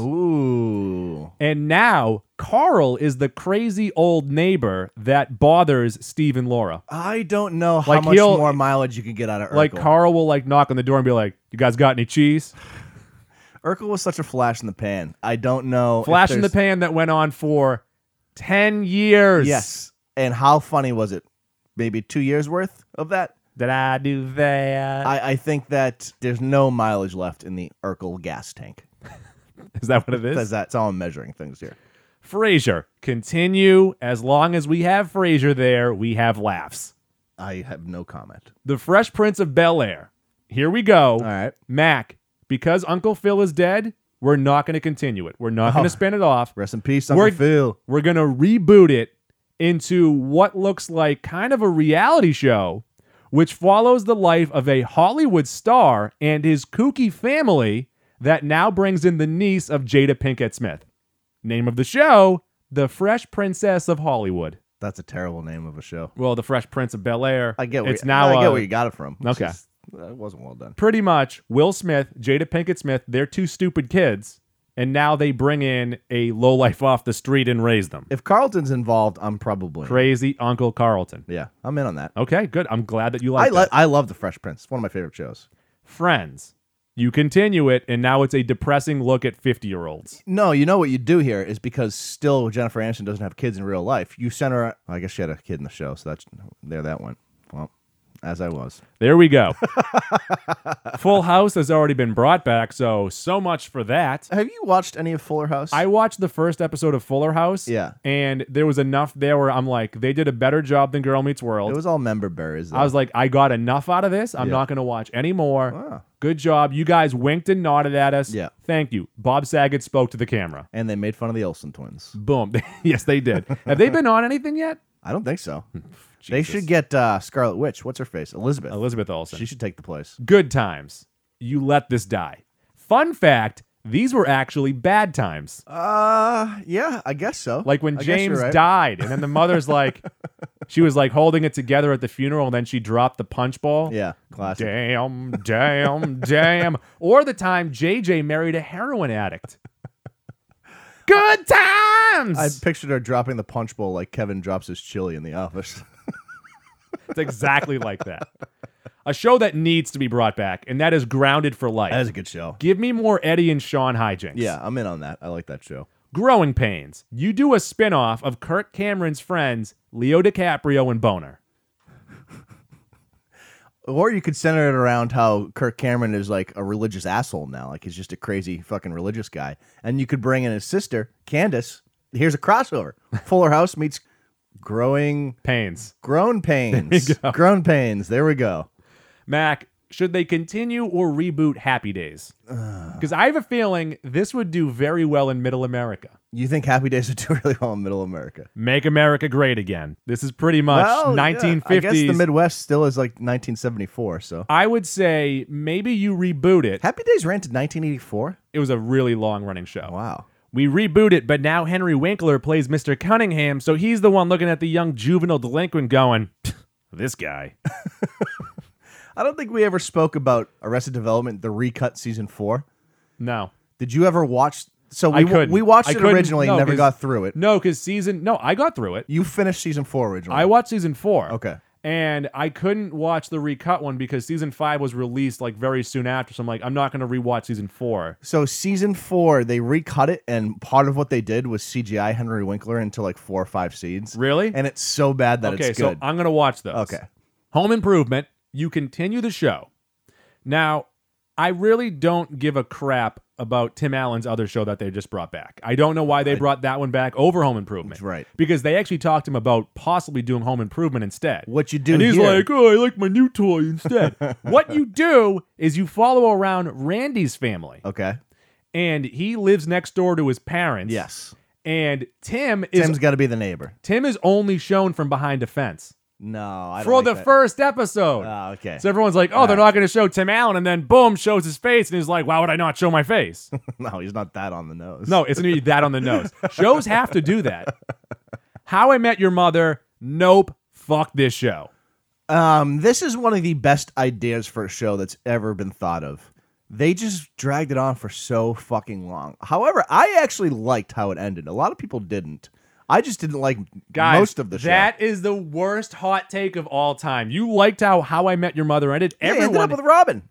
[SPEAKER 3] Ooh.
[SPEAKER 2] And now Carl is the crazy old neighbor that bothers Steve and Laura.
[SPEAKER 3] I don't know how
[SPEAKER 2] Like
[SPEAKER 3] much
[SPEAKER 2] he'll-
[SPEAKER 3] more mileage you could get out of Urkel.
[SPEAKER 2] Like Carl will like knock on the door and be like, "You guys got any cheese?"
[SPEAKER 3] (laughs) Urkel was such a flash in the pan. I don't know. if
[SPEAKER 2] Flash in the
[SPEAKER 3] there's-
[SPEAKER 2] pan that went on for 10 years.
[SPEAKER 3] Yes. And how funny was it? Maybe two years worth of that?
[SPEAKER 2] Did I do that? Is
[SPEAKER 3] I, I think that there's no mileage left in the Urkel gas tank.
[SPEAKER 2] that what it
[SPEAKER 3] That's,
[SPEAKER 2] is?
[SPEAKER 3] that's how I'm measuring things here.
[SPEAKER 2] Frasier. Continue as long as we have Frasier there, we have laughs.
[SPEAKER 3] I have no comment.
[SPEAKER 2] The Fresh Prince of Bel Air. Here we go. All
[SPEAKER 3] right.
[SPEAKER 2] Mac, because Uncle Phil is dead, we're not going to continue it. We're not going to spin it off.
[SPEAKER 3] Rest in peace, Uncle
[SPEAKER 2] We're-
[SPEAKER 3] Phil.
[SPEAKER 2] We're going to reboot it into what looks like kind of a reality show, which follows the life of a Hollywood star and his kooky family that now brings in the niece of Jada Pinkett Smith. Name of the show The Fresh Princess of Hollywood.
[SPEAKER 3] That's a terrible name of a show.
[SPEAKER 2] Well, The Fresh Prince of Bel Air.
[SPEAKER 3] I get where
[SPEAKER 2] it's
[SPEAKER 3] you,
[SPEAKER 2] now
[SPEAKER 3] I get
[SPEAKER 2] a-
[SPEAKER 3] where you got it from. It's
[SPEAKER 2] Okay.
[SPEAKER 3] just- that wasn't well done.
[SPEAKER 2] pretty much Will Smith, Jada Pinkett Smith, they're two stupid kids, and now they bring in a lowlife off the street and raise them.
[SPEAKER 3] If Carlton's involved, I'm probably
[SPEAKER 2] Crazy Uncle Carlton.
[SPEAKER 3] yeah. I'm in on that.
[SPEAKER 2] Okay, good. I'm glad that you
[SPEAKER 3] I
[SPEAKER 2] like
[SPEAKER 3] lo-
[SPEAKER 2] that.
[SPEAKER 3] I love The Fresh Prince. It's one of my favorite shows.
[SPEAKER 2] Friends. You continue it, and now it's a depressing look at 50 year olds.
[SPEAKER 3] No, you know what you do here is because still Jennifer Aniston doesn't have kids in real life. You sent her. I guess she had a kid in the show, so that's there. That went well. As I was.
[SPEAKER 2] There we
[SPEAKER 3] (laughs)
[SPEAKER 2] go. Full House has already been brought back, so so much for that.
[SPEAKER 3] Have you watched any of Fuller House?
[SPEAKER 2] I watched the first episode of Fuller House.
[SPEAKER 3] Yeah.
[SPEAKER 2] And there was enough there where I'm like, they did a better job than Girl Meets World.
[SPEAKER 3] It was all member berries. Though.
[SPEAKER 2] I was like, I got enough out of this. I'm not going to watch anymore. Good job. You guys winked and nodded at us.
[SPEAKER 3] Yeah.
[SPEAKER 2] Thank you. Bob Saget spoke to the camera.
[SPEAKER 3] and they made fun of the Olsen twins.
[SPEAKER 2] Boom. (laughs) yes, they did. Have they been on anything yet?
[SPEAKER 3] I don't think (laughs) so. they should get uh, Scarlet Witch. What's her face? Elizabeth.
[SPEAKER 2] Elizabeth Olsen.
[SPEAKER 3] She should take the place.
[SPEAKER 2] Good times. You let this die. Fun fact these were actually bad times.
[SPEAKER 3] Uh, yeah, I guess so.
[SPEAKER 2] Like when
[SPEAKER 3] I guess you're
[SPEAKER 2] James
[SPEAKER 3] right.
[SPEAKER 2] died, and then the mother's like,
[SPEAKER 3] (laughs)
[SPEAKER 2] she was like holding it together at the funeral, and then she dropped the punch bowl.
[SPEAKER 3] Yeah, classic.
[SPEAKER 2] Damn, damn, damn. Or the time JJ married a heroin addict. Good times.
[SPEAKER 3] I pictured her dropping the punch bowl like Kevin drops his chili in the office.
[SPEAKER 2] It's exactly like that. A show that needs to be brought back, and that is Grounded for Life.
[SPEAKER 3] that is a good show.
[SPEAKER 2] Give me more Eddie and Sean hijinks.
[SPEAKER 3] Yeah, I'm in on that. I like that show.
[SPEAKER 2] Growing Pains. You do a spin-off of Kirk Cameron's friends, Leo DiCaprio and Boner.
[SPEAKER 3] Or you could center it around how Kirk Cameron is like a religious asshole now. Like he's just a crazy fucking religious guy. And you could bring in his sister, Candace. Here's a (laughs) crossover. Fuller House meets growing
[SPEAKER 2] Pains.
[SPEAKER 3] grown pains. Grown pains. There we go.
[SPEAKER 2] Mac, should they continue or reboot Happy Days? Because I have a feeling this would do very well in Middle America.
[SPEAKER 3] You think Happy Days (laughs) would do really well in Middle America?
[SPEAKER 2] Make America Great Again. This is pretty much
[SPEAKER 3] Well, yeah,
[SPEAKER 2] 1950s.
[SPEAKER 3] I guess the Midwest still is like 1974. So
[SPEAKER 2] I would say maybe you reboot it.
[SPEAKER 3] Happy Days ran to 1984.
[SPEAKER 2] It was a really long running show.
[SPEAKER 3] Wow.
[SPEAKER 2] We reboot it, but now Henry Winkler plays Mr. Cunningham, so he's the one looking at the young juvenile delinquent going, "Pfft, this guy.
[SPEAKER 3] (laughs) I don't think we ever spoke about Arrested Development, the recut season four.
[SPEAKER 2] No.
[SPEAKER 3] Did you ever watch? So
[SPEAKER 2] I
[SPEAKER 3] we
[SPEAKER 2] couldn't.
[SPEAKER 3] we watched
[SPEAKER 2] I
[SPEAKER 3] it
[SPEAKER 2] couldn't-
[SPEAKER 3] originally, and
[SPEAKER 2] no,
[SPEAKER 3] never
[SPEAKER 2] 'cause-
[SPEAKER 3] got through it.
[SPEAKER 2] No, because season. No, I got through it.
[SPEAKER 3] You finished season four originally.
[SPEAKER 2] I watched season four.
[SPEAKER 3] Okay.
[SPEAKER 2] And I couldn't watch the recut one because season five was released like very soon after. So I'm like, I'm not going to rewatch season four.
[SPEAKER 3] So season four, they recut it, and part of what they did was CGI Henry Winkler into like four or five scenes.
[SPEAKER 2] Really?
[SPEAKER 3] And it's so bad that
[SPEAKER 2] okay,
[SPEAKER 3] it's
[SPEAKER 2] so
[SPEAKER 3] good.
[SPEAKER 2] I'm going to watch those.
[SPEAKER 3] Okay.
[SPEAKER 2] Home Improvement, you continue the show. Now, I really don't give a crap about Tim Allen's other show that they just brought back. I don't know why they brought that one back over Home Improvement.
[SPEAKER 3] Right.
[SPEAKER 2] Because they actually talked to him about possibly doing Home Improvement instead.
[SPEAKER 3] What you do
[SPEAKER 2] And he's
[SPEAKER 3] here-
[SPEAKER 2] like, oh, I like my new toy
[SPEAKER 3] (laughs)
[SPEAKER 2] instead. what you do is you follow around Randy's family,
[SPEAKER 3] okay.
[SPEAKER 2] and he lives next door to his parents.
[SPEAKER 3] Yes.
[SPEAKER 2] And Tim is
[SPEAKER 3] Tim's got to be the neighbor.
[SPEAKER 2] Tim is only shown from behind a fence
[SPEAKER 3] No, I don't
[SPEAKER 2] for
[SPEAKER 3] like
[SPEAKER 2] the
[SPEAKER 3] that.
[SPEAKER 2] first episode.
[SPEAKER 3] Oh, okay.
[SPEAKER 2] So everyone's like, oh, they're not going to show Tim Allen. And then boom, shows his face. And he's like, why would I not show my
[SPEAKER 3] (laughs)
[SPEAKER 2] face?
[SPEAKER 3] (laughs) no, he's not that on the nose.
[SPEAKER 2] no, it's going to be that on the nose. Shows have to do
[SPEAKER 3] (laughs)
[SPEAKER 2] that. How I Met Your Mother. Nope. Fuck this show.
[SPEAKER 3] Um, this is one of the best ideas for a show that's ever been thought of. They just dragged it on for so fucking long. However, I actually liked how it ended. A lot of people didn't. I just didn't like
[SPEAKER 2] Guys,
[SPEAKER 3] most of the show.
[SPEAKER 2] That is the worst hot take of all time. You liked how How I Met Your Mother ended.
[SPEAKER 3] He
[SPEAKER 2] Everyone.
[SPEAKER 3] ended up with Robin.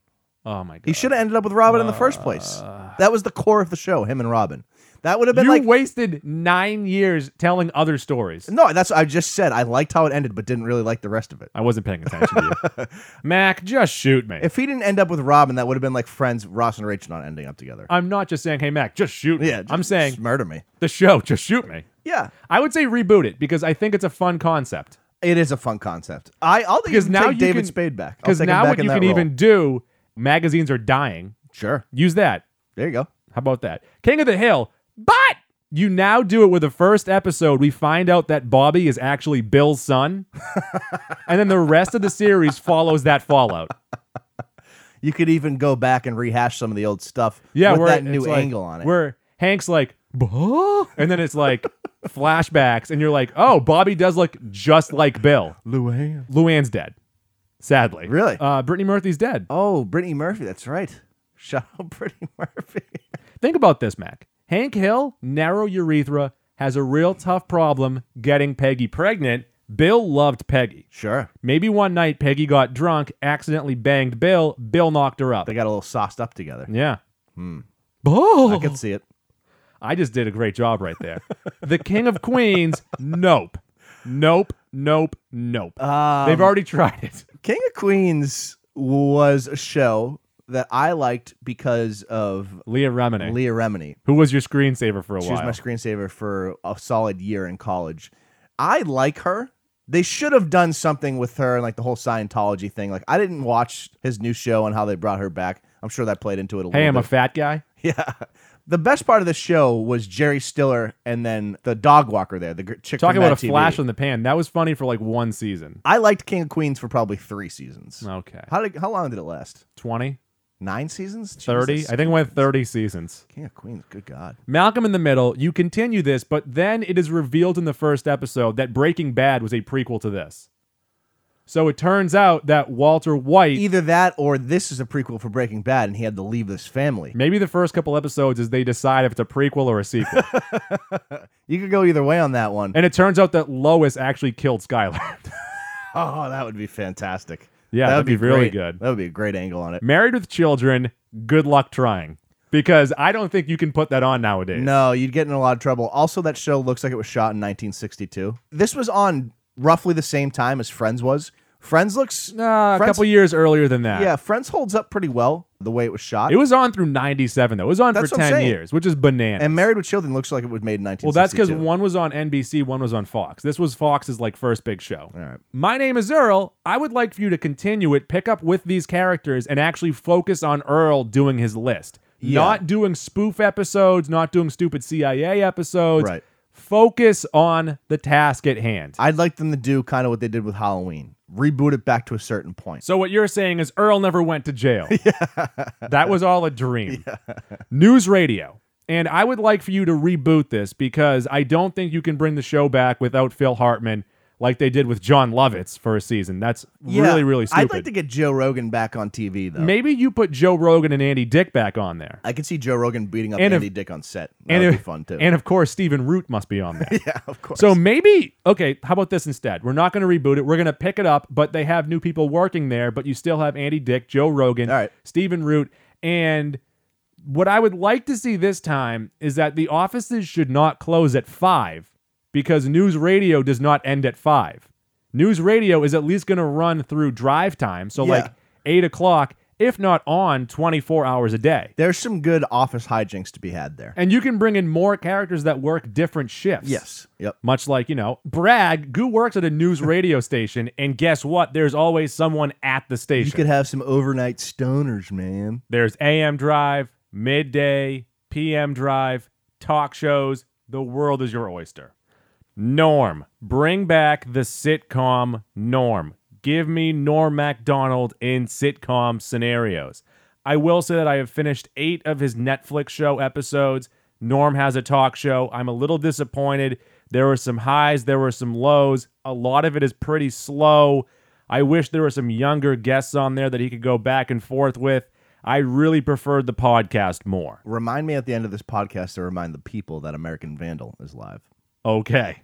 [SPEAKER 2] oh, my God.
[SPEAKER 3] He should have ended up with Robin in the first place. That was the core of the show, him and Robin. That would have been
[SPEAKER 2] Uh. you
[SPEAKER 3] like
[SPEAKER 2] wasted nine years telling other stories.
[SPEAKER 3] no. That's I just said. I liked how it ended, but didn't really like the rest of it.
[SPEAKER 2] I wasn't paying attention to
[SPEAKER 3] (laughs)
[SPEAKER 2] you. Mac, just shoot me.
[SPEAKER 3] If he didn't end up with Robin, that would have been like Friends, Ross and Rachel not ending up together.
[SPEAKER 2] I'm not just saying, hey, Mac, just shoot me.
[SPEAKER 3] yeah,
[SPEAKER 2] Uh, I'm
[SPEAKER 3] just
[SPEAKER 2] saying
[SPEAKER 3] murder me.
[SPEAKER 2] the show, just shoot me.
[SPEAKER 3] Yeah,
[SPEAKER 2] I would say reboot it because I think it's a fun concept.
[SPEAKER 3] It is a fun concept. I I'll
[SPEAKER 2] Because
[SPEAKER 3] even
[SPEAKER 2] now
[SPEAKER 3] take
[SPEAKER 2] you
[SPEAKER 3] David
[SPEAKER 2] can,
[SPEAKER 3] Spade back. I'll
[SPEAKER 2] Because
[SPEAKER 3] take him
[SPEAKER 2] now
[SPEAKER 3] back
[SPEAKER 2] what
[SPEAKER 3] in
[SPEAKER 2] you
[SPEAKER 3] that
[SPEAKER 2] can
[SPEAKER 3] role.
[SPEAKER 2] even do, magazines are dying.
[SPEAKER 3] sure.
[SPEAKER 2] Use that.
[SPEAKER 3] There you go.
[SPEAKER 2] How about that? King of the Hill. But you now do it with the first episode. We find out that Bobby is actually Bill's
[SPEAKER 3] (laughs)
[SPEAKER 2] son, and then the rest of the series follows that fallout.
[SPEAKER 3] You could even go back and rehash some of the old stuff.
[SPEAKER 2] Yeah,
[SPEAKER 3] with
[SPEAKER 2] where
[SPEAKER 3] that
[SPEAKER 2] it's
[SPEAKER 3] new
[SPEAKER 2] like-
[SPEAKER 3] angle on it.
[SPEAKER 2] Where Hank's like, "Bah?" and then it's
[SPEAKER 3] (laughs)
[SPEAKER 2] like flashbacks, and you're like, oh, Bobby does look just like Bill.
[SPEAKER 3] Luann.
[SPEAKER 2] Luann's dead, sadly.
[SPEAKER 3] Really?
[SPEAKER 2] Uh, Brittany Murphy's dead.
[SPEAKER 3] Oh, Brittany Murphy. That's right. (laughs) Shout out Brittany Murphy.
[SPEAKER 2] Think about this, Mac. Hank Hill, narrow urethra, has a real tough problem getting Peggy pregnant. Bill loved Peggy.
[SPEAKER 3] sure.
[SPEAKER 2] Maybe one night Peggy got drunk, accidentally banged Bill. Bill knocked her up.
[SPEAKER 3] They got a little sauced up together.
[SPEAKER 2] yeah. Oh,
[SPEAKER 3] Hmm. I can see it.
[SPEAKER 2] I just did a great job right there. the King of
[SPEAKER 3] (laughs)
[SPEAKER 2] Queens, nope. Nope, nope, nope.
[SPEAKER 3] Um,
[SPEAKER 2] They've already tried it. (laughs)
[SPEAKER 3] King of Queens was a show that I liked because of
[SPEAKER 2] Leah Remini,
[SPEAKER 3] Leah Remini.
[SPEAKER 2] who was your screensaver for a
[SPEAKER 3] She was
[SPEAKER 2] while.
[SPEAKER 3] my screensaver for a solid year in college. I like her. They should have done something with her and like the whole Scientology thing. Like I didn't watch his new show and how they brought her back. I'm sure that played into it a
[SPEAKER 2] hey,
[SPEAKER 3] little
[SPEAKER 2] I'm a
[SPEAKER 3] bit. (laughs)
[SPEAKER 2] fat guy.
[SPEAKER 3] yeah. The best part of the show was Jerry Stiller and then the dog walker there, the gr- chick
[SPEAKER 2] Talking
[SPEAKER 3] from
[SPEAKER 2] about a
[SPEAKER 3] Mad TV.
[SPEAKER 2] flash in the pan. That was funny for like one season.
[SPEAKER 3] I liked King of Queens for probably three seasons.
[SPEAKER 2] Okay.
[SPEAKER 3] How did how long did it last?
[SPEAKER 2] 20,
[SPEAKER 3] Nine seasons?
[SPEAKER 2] 30.
[SPEAKER 3] Jesus.
[SPEAKER 2] I think it went 30 seasons.
[SPEAKER 3] King of Queens. Good God.
[SPEAKER 2] Malcolm in the Middle, you continue this, but then it is revealed in the first episode that Breaking Bad was a prequel to this. So it turns out that Walter White,
[SPEAKER 3] Either that or this is a prequel for Breaking Bad, and he had to leave this family.
[SPEAKER 2] maybe the first couple episodes is they decide if it's a prequel or a
[SPEAKER 3] (laughs)
[SPEAKER 2] sequel.
[SPEAKER 3] You could go either way on that one.
[SPEAKER 2] and it turns out that Lois actually killed Skylar.
[SPEAKER 3] (laughs)
[SPEAKER 2] (laughs)
[SPEAKER 3] Oh, that would be fantastic.
[SPEAKER 2] Yeah,
[SPEAKER 3] that
[SPEAKER 2] that'd be really
[SPEAKER 3] great.
[SPEAKER 2] good.
[SPEAKER 3] That would be a great angle on it.
[SPEAKER 2] Married with Children, good luck trying. Because I don't think you can put that on nowadays.
[SPEAKER 3] No, you'd get in a lot of trouble. Also, that show looks like it was shot in 1962. This was on roughly the same time as Friends was. Friends looks
[SPEAKER 2] Nah, a
[SPEAKER 3] Friends-
[SPEAKER 2] couple years earlier than that.
[SPEAKER 3] Yeah, Friends holds up pretty well the way it was shot.
[SPEAKER 2] It was on through 97, though. It was on
[SPEAKER 3] That's
[SPEAKER 2] for
[SPEAKER 3] what I'm
[SPEAKER 2] 10
[SPEAKER 3] saying.
[SPEAKER 2] years, which is bananas.
[SPEAKER 3] and Married with Children looks like it was made in 1962.
[SPEAKER 2] Well, that's because one was on NBC, one was on Fox. This was Fox's like first big show. All
[SPEAKER 3] right.
[SPEAKER 2] My name is Earl. I would like for you to continue it, pick up with these characters, and actually focus on Earl doing his list.
[SPEAKER 3] Yeah.
[SPEAKER 2] Not doing spoof episodes, not doing stupid CIA episodes.
[SPEAKER 3] Right.
[SPEAKER 2] Focus on the task at hand.
[SPEAKER 3] I'd like them to do kind of what they did with Halloween. Reboot it back to a certain point.
[SPEAKER 2] so what you're saying is Earl never went to
[SPEAKER 3] (laughs)
[SPEAKER 2] jail. That was all a dream. News radio. And I would like for you to reboot this because I don't think you can bring the show back without Phil Hartman. like they did with John Lovitz for a season. That's really, really stupid.
[SPEAKER 3] I'd like to get Joe Rogan back on TV though.
[SPEAKER 2] Maybe you put Joe Rogan and Andy Dick back on there.
[SPEAKER 3] I could see Joe Rogan beating up
[SPEAKER 2] And if-
[SPEAKER 3] Andy Dick on set. That would be
[SPEAKER 2] if-
[SPEAKER 3] fun too.
[SPEAKER 2] And of course, Stephen Root must be
[SPEAKER 3] (laughs)
[SPEAKER 2] on there.
[SPEAKER 3] yeah, of course.
[SPEAKER 2] So maybe okay. How about this instead? We're not going to reboot it. We're going to pick it up, but they have new people working there. But you still have Andy Dick, Joe Rogan,
[SPEAKER 3] All right.
[SPEAKER 2] Stephen Root, and what I would like to see this time is that the offices should not close at five because news radio does not end at five. News radio is at least going to run through drive time, so
[SPEAKER 3] Yeah.
[SPEAKER 2] like eight o'clock, if not on twenty four hours a day.
[SPEAKER 3] there's some good office hijinks to be had there.
[SPEAKER 2] And you can bring in more characters that work different shifts.
[SPEAKER 3] Yes. Yep.
[SPEAKER 2] Much like, you know, Brad, Goo works at a
[SPEAKER 3] (laughs)
[SPEAKER 2] news radio station, and guess what? There's always someone at the
[SPEAKER 3] You
[SPEAKER 2] station.
[SPEAKER 3] could have some overnight stoners, man.
[SPEAKER 2] There's AM drive, midday, PM drive, talk shows. The world is your oyster. Norm, bring back the sitcom Norm. Give me Norm MacDonald in sitcom scenarios. I will say that I have finished eight of his Netflix show episodes. Norm has a talk show. I'm a little disappointed. There were some highs, there were some lows. A lot of it is pretty slow. I wish there were some younger guests on there that he could go back and forth with. I really preferred the podcast more.
[SPEAKER 3] Remind me at the end of this podcast to remind the people that American Vandal is live.
[SPEAKER 2] Okay.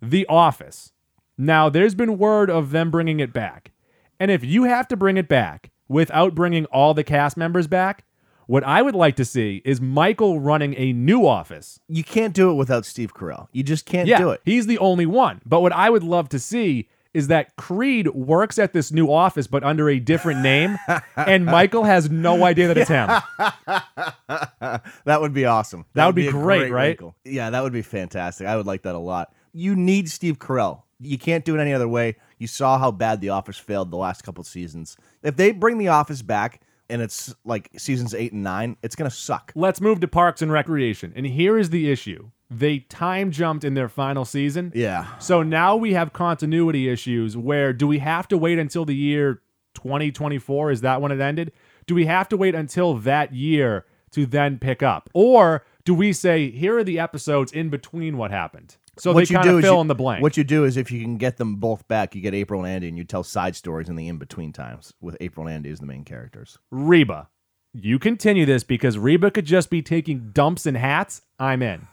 [SPEAKER 2] The Office. Now, there's been word of them bringing it back. And if you have to bring it back without bringing all the cast members back, what I would like to see is Michael running a new office.
[SPEAKER 3] You can't do it without Steve Carell. You just can't
[SPEAKER 2] yeah,
[SPEAKER 3] do it.
[SPEAKER 2] he's the only one. But what I would love to see is that Creed works at this new office, but under a different
[SPEAKER 3] (laughs)
[SPEAKER 2] name, and Michael has no idea that it's him.
[SPEAKER 3] (laughs) That would be awesome.
[SPEAKER 2] That would be
[SPEAKER 3] a
[SPEAKER 2] great, right?
[SPEAKER 3] wrinkle. Yeah, that would be fantastic. I would like that a lot. You need Steve Carell. You can't do it any other way. You saw how bad The Office failed the last couple seasons. If they bring The Office back and it's like seasons eight and nine, it's gonna suck.
[SPEAKER 2] Let's move to Parks and Recreation. And here is the issue they time jumped in their final season.
[SPEAKER 3] Yeah.
[SPEAKER 2] So now we have continuity issues where do we have to wait until the year 2024? Is that when it ended? Do we have to wait until that year to then pick up? Or do we say, here are the episodes in between what happened? So
[SPEAKER 3] what
[SPEAKER 2] they
[SPEAKER 3] you
[SPEAKER 2] kind
[SPEAKER 3] do
[SPEAKER 2] of
[SPEAKER 3] is
[SPEAKER 2] fill
[SPEAKER 3] you-
[SPEAKER 2] in the blank.
[SPEAKER 3] What you do is if you can get them both back, you get April and Andy, and you tell side stories in the in between times with April and Andy as the main characters.
[SPEAKER 2] Reba, you continue this because Reba could just be taking dumps in hats. I'm in.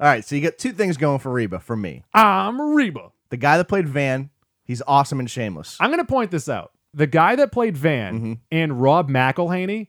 [SPEAKER 3] All right, so you got two things going for Reba for me.
[SPEAKER 2] I'm Reba.
[SPEAKER 3] The guy that played Van, he's awesome and shameless.
[SPEAKER 2] I'm going to point this out. The guy that played Van
[SPEAKER 3] Mm-hmm.
[SPEAKER 2] and Rob McElhaney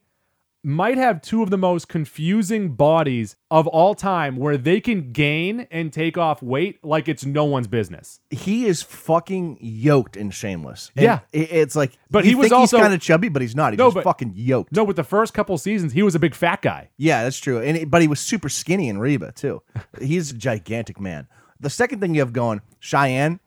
[SPEAKER 2] might have two of the most confusing bodies of all time where they can gain and take off weight like it's no one's business.
[SPEAKER 3] he is fucking yoked and shameless. And
[SPEAKER 2] Yeah.
[SPEAKER 3] i- it's like,
[SPEAKER 2] But
[SPEAKER 3] you
[SPEAKER 2] he was
[SPEAKER 3] think
[SPEAKER 2] also-
[SPEAKER 3] he's kind of chubby, but he's not. He's
[SPEAKER 2] No,
[SPEAKER 3] just
[SPEAKER 2] but-
[SPEAKER 3] fucking yoked.
[SPEAKER 2] No, with the first couple seasons, he was a big fat guy.
[SPEAKER 3] Yeah, that's true. And it- but he was super skinny in Reba
[SPEAKER 2] (laughs)
[SPEAKER 3] too. he's a gigantic man. The second thing you have going, Cheyenne,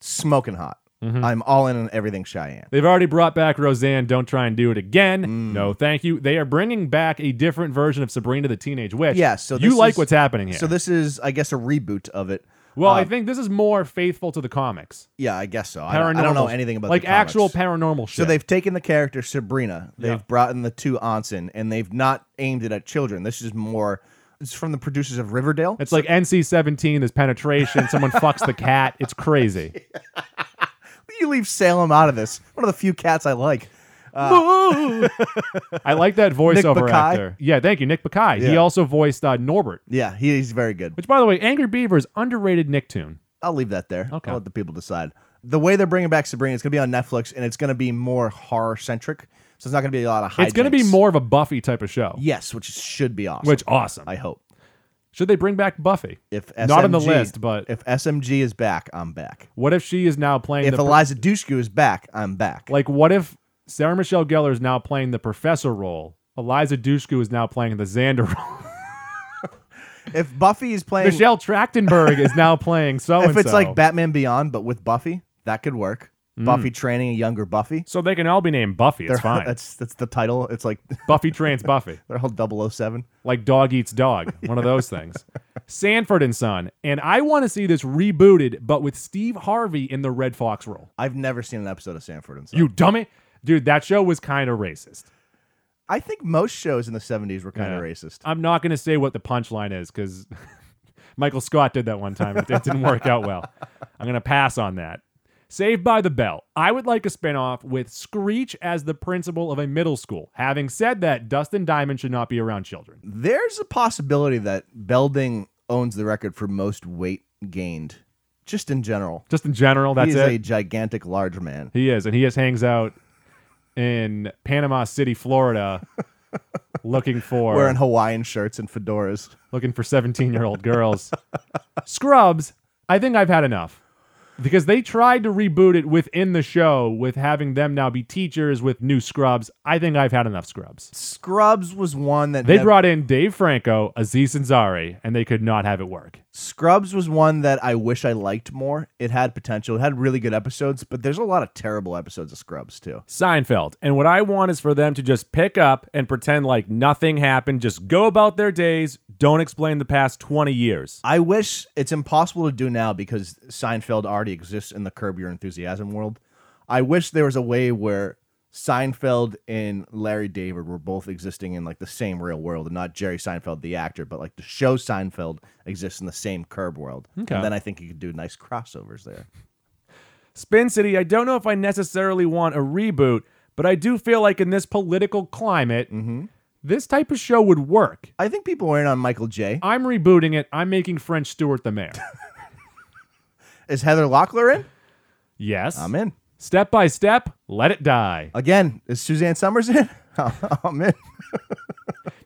[SPEAKER 3] smoking hot.
[SPEAKER 2] Mm-hmm.
[SPEAKER 3] I'm all in on everything Cheyenne.
[SPEAKER 2] They've already brought back Roseanne. Don't try and do it again.
[SPEAKER 3] Mm.
[SPEAKER 2] No, thank you. They are bringing back a different version of Sabrina the Teenage Witch.
[SPEAKER 3] Yeah, so
[SPEAKER 2] you
[SPEAKER 3] this
[SPEAKER 2] like
[SPEAKER 3] is-
[SPEAKER 2] what's happening here.
[SPEAKER 3] So this is, I guess, a reboot of it.
[SPEAKER 2] well, I
[SPEAKER 3] um,
[SPEAKER 2] think this is more faithful to the comics.
[SPEAKER 3] Yeah, I guess so. I don't, I don't know
[SPEAKER 2] Paranormal-
[SPEAKER 3] anything about
[SPEAKER 2] like
[SPEAKER 3] the comics.
[SPEAKER 2] actual paranormal shit.
[SPEAKER 3] So they've taken the character Sabrina, they've
[SPEAKER 2] Yeah.
[SPEAKER 3] brought in the two aunts in, and they've not aimed it at children. This is more. It's from the producers of Riverdale.
[SPEAKER 2] It's like NC 17, there's penetration,
[SPEAKER 3] (laughs)
[SPEAKER 2] someone fucks the cat. It's crazy.
[SPEAKER 3] You leave Salem out of this. One of the few cats I like.
[SPEAKER 2] I like that voiceover
[SPEAKER 3] Bakay?
[SPEAKER 2] actor. Yeah, thank you, Nick Bakay. He
[SPEAKER 3] Yeah.
[SPEAKER 2] also voiced uh, Norbert,
[SPEAKER 3] Yeah, he, he's very good.
[SPEAKER 2] which, by the way, Angry Beaver is underrated Nicktoon.
[SPEAKER 3] I'll leave that there.
[SPEAKER 2] Okay.
[SPEAKER 3] I'll let the people decide. The way they're bringing back Sabrina, it's going to be on Netflix, and it's going to be more horror centric. So it's not going to be a lot of. Hijinks.
[SPEAKER 2] It's going to be more of a Buffy type of show,
[SPEAKER 3] Yes, which should be awesome.
[SPEAKER 2] which awesome.
[SPEAKER 3] I hope.
[SPEAKER 2] Should they bring back Buffy?
[SPEAKER 3] If SMG,
[SPEAKER 2] Not on the list, but-
[SPEAKER 3] if SMG is back, I'm back.
[SPEAKER 2] What if she is now playing
[SPEAKER 3] If
[SPEAKER 2] the pro-
[SPEAKER 3] Eliza Dushku is back, I'm back.
[SPEAKER 2] like? What if Sarah Michelle Gellar is now playing the professor role? Eliza Dushku is now playing the Xander role. (laughs)
[SPEAKER 3] if Buffy is playing,
[SPEAKER 2] Michelle Trachtenberg is now playing so and
[SPEAKER 3] (laughs) if
[SPEAKER 2] so.
[SPEAKER 3] it's like Batman Beyond but with Buffy, that could work. Buffy training a younger Buffy.
[SPEAKER 2] so they can all be named Buffy. Mm. It's
[SPEAKER 3] They're-
[SPEAKER 2] fine.
[SPEAKER 3] (laughs) That's that's the title. It's like (laughs)
[SPEAKER 2] Buffy trains Buffy.
[SPEAKER 3] they're all 007.
[SPEAKER 2] like dog eats dog, one of those
[SPEAKER 3] (laughs)
[SPEAKER 2] things. Sanford and Son, and I want to see this rebooted, but with Steve Harvey in the Red Fox role.
[SPEAKER 3] I've never seen an episode of Sanford and Son.
[SPEAKER 2] You dummy, dude, that show was kind of racist.
[SPEAKER 3] I think most shows in the 70s were kind
[SPEAKER 2] Yeah.
[SPEAKER 3] of racist.
[SPEAKER 2] I'm not going to say what the punchline is because (laughs) Michael Scott did that one time. It, it didn't work out well. I'm gonna pass on that. Saved by the Bell. I would like a spinoff with Screech as the principal of a middle school. Having said that, Dustin Diamond should not be around children.
[SPEAKER 3] There's a possibility that Belding owns the record for most weight gained, just in general.
[SPEAKER 2] Just in general, that's
[SPEAKER 3] he is
[SPEAKER 2] it.
[SPEAKER 3] a gigantic, large man.
[SPEAKER 2] He is, and he just hangs out in Panama City, Florida, looking for
[SPEAKER 3] (laughs) Wearing Hawaiian shirts and fedoras.
[SPEAKER 2] looking for 17 year old girls. (laughs) Scrubs, I think I've had enough because they tried to reboot it within the show with having them now be teachers with new Scrubs. I think I've had enough Scrubs.
[SPEAKER 3] Scrubs was one that
[SPEAKER 2] They
[SPEAKER 3] nev-
[SPEAKER 2] brought in Dave Franco, Aziz Ansari, and they could not have it work.
[SPEAKER 3] Scrubs was one that I wish I liked more. It had potential. It had really good episodes, but there's a lot of terrible episodes of Scrubs too.
[SPEAKER 2] Seinfeld. And what I want is for them to just pick up and pretend like nothing happened, just go about their days, don't explain the past 20 years.
[SPEAKER 3] I wish it's impossible to do now because Seinfeld already exists in the Curb Your Enthusiasm world. I wish there was a way where Seinfeld and Larry David were both existing in like the same real world and not Jerry Seinfeld the actor, but like the show Seinfeld exists in the same Curb world.
[SPEAKER 2] Okay.
[SPEAKER 3] And then I think you could do nice crossovers there.
[SPEAKER 2] Spin City, I don't know if I necessarily want a reboot, but I do feel like in this political climate,
[SPEAKER 3] Mm-hmm.
[SPEAKER 2] this type of show would work.
[SPEAKER 3] I think people were in on Michael J.
[SPEAKER 2] I'm rebooting it. I'm making French Stewart the
[SPEAKER 3] (laughs)
[SPEAKER 2] mayor.
[SPEAKER 3] Is Heather Locklear in?
[SPEAKER 2] Yes.
[SPEAKER 3] I'm in.
[SPEAKER 2] Step by step, let it die.
[SPEAKER 3] Again, is Suzanne Summers in? (laughs) I'm in.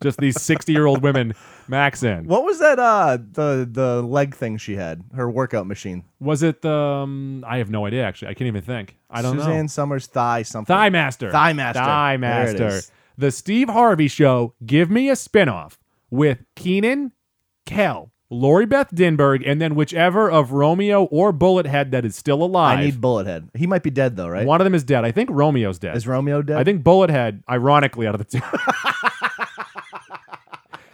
[SPEAKER 2] Just these 60 year old women, Max in.
[SPEAKER 3] What was that? Uh, the the leg thing she had, her workout machine.
[SPEAKER 2] Was it the. Um, I have no idea, actually. I can't even think. I don't
[SPEAKER 3] Suzanne
[SPEAKER 2] know.
[SPEAKER 3] Summers thigh something.
[SPEAKER 2] Thigh Master.
[SPEAKER 3] Thigh Master.
[SPEAKER 2] Thigh
[SPEAKER 3] There it
[SPEAKER 2] Master.
[SPEAKER 3] is.
[SPEAKER 2] The Steve Harvey Show. Give me a spinoff with Keenan, Kel, Lori Beth Dinberg, and then whichever of Romeo or Bullethead that is still alive.
[SPEAKER 3] I need Bullethead. He might be dead though, right?
[SPEAKER 2] One of them is dead. I think Romeo's dead.
[SPEAKER 3] Is Romeo dead?
[SPEAKER 2] I think Bullethead, ironically, out of the two. (laughs)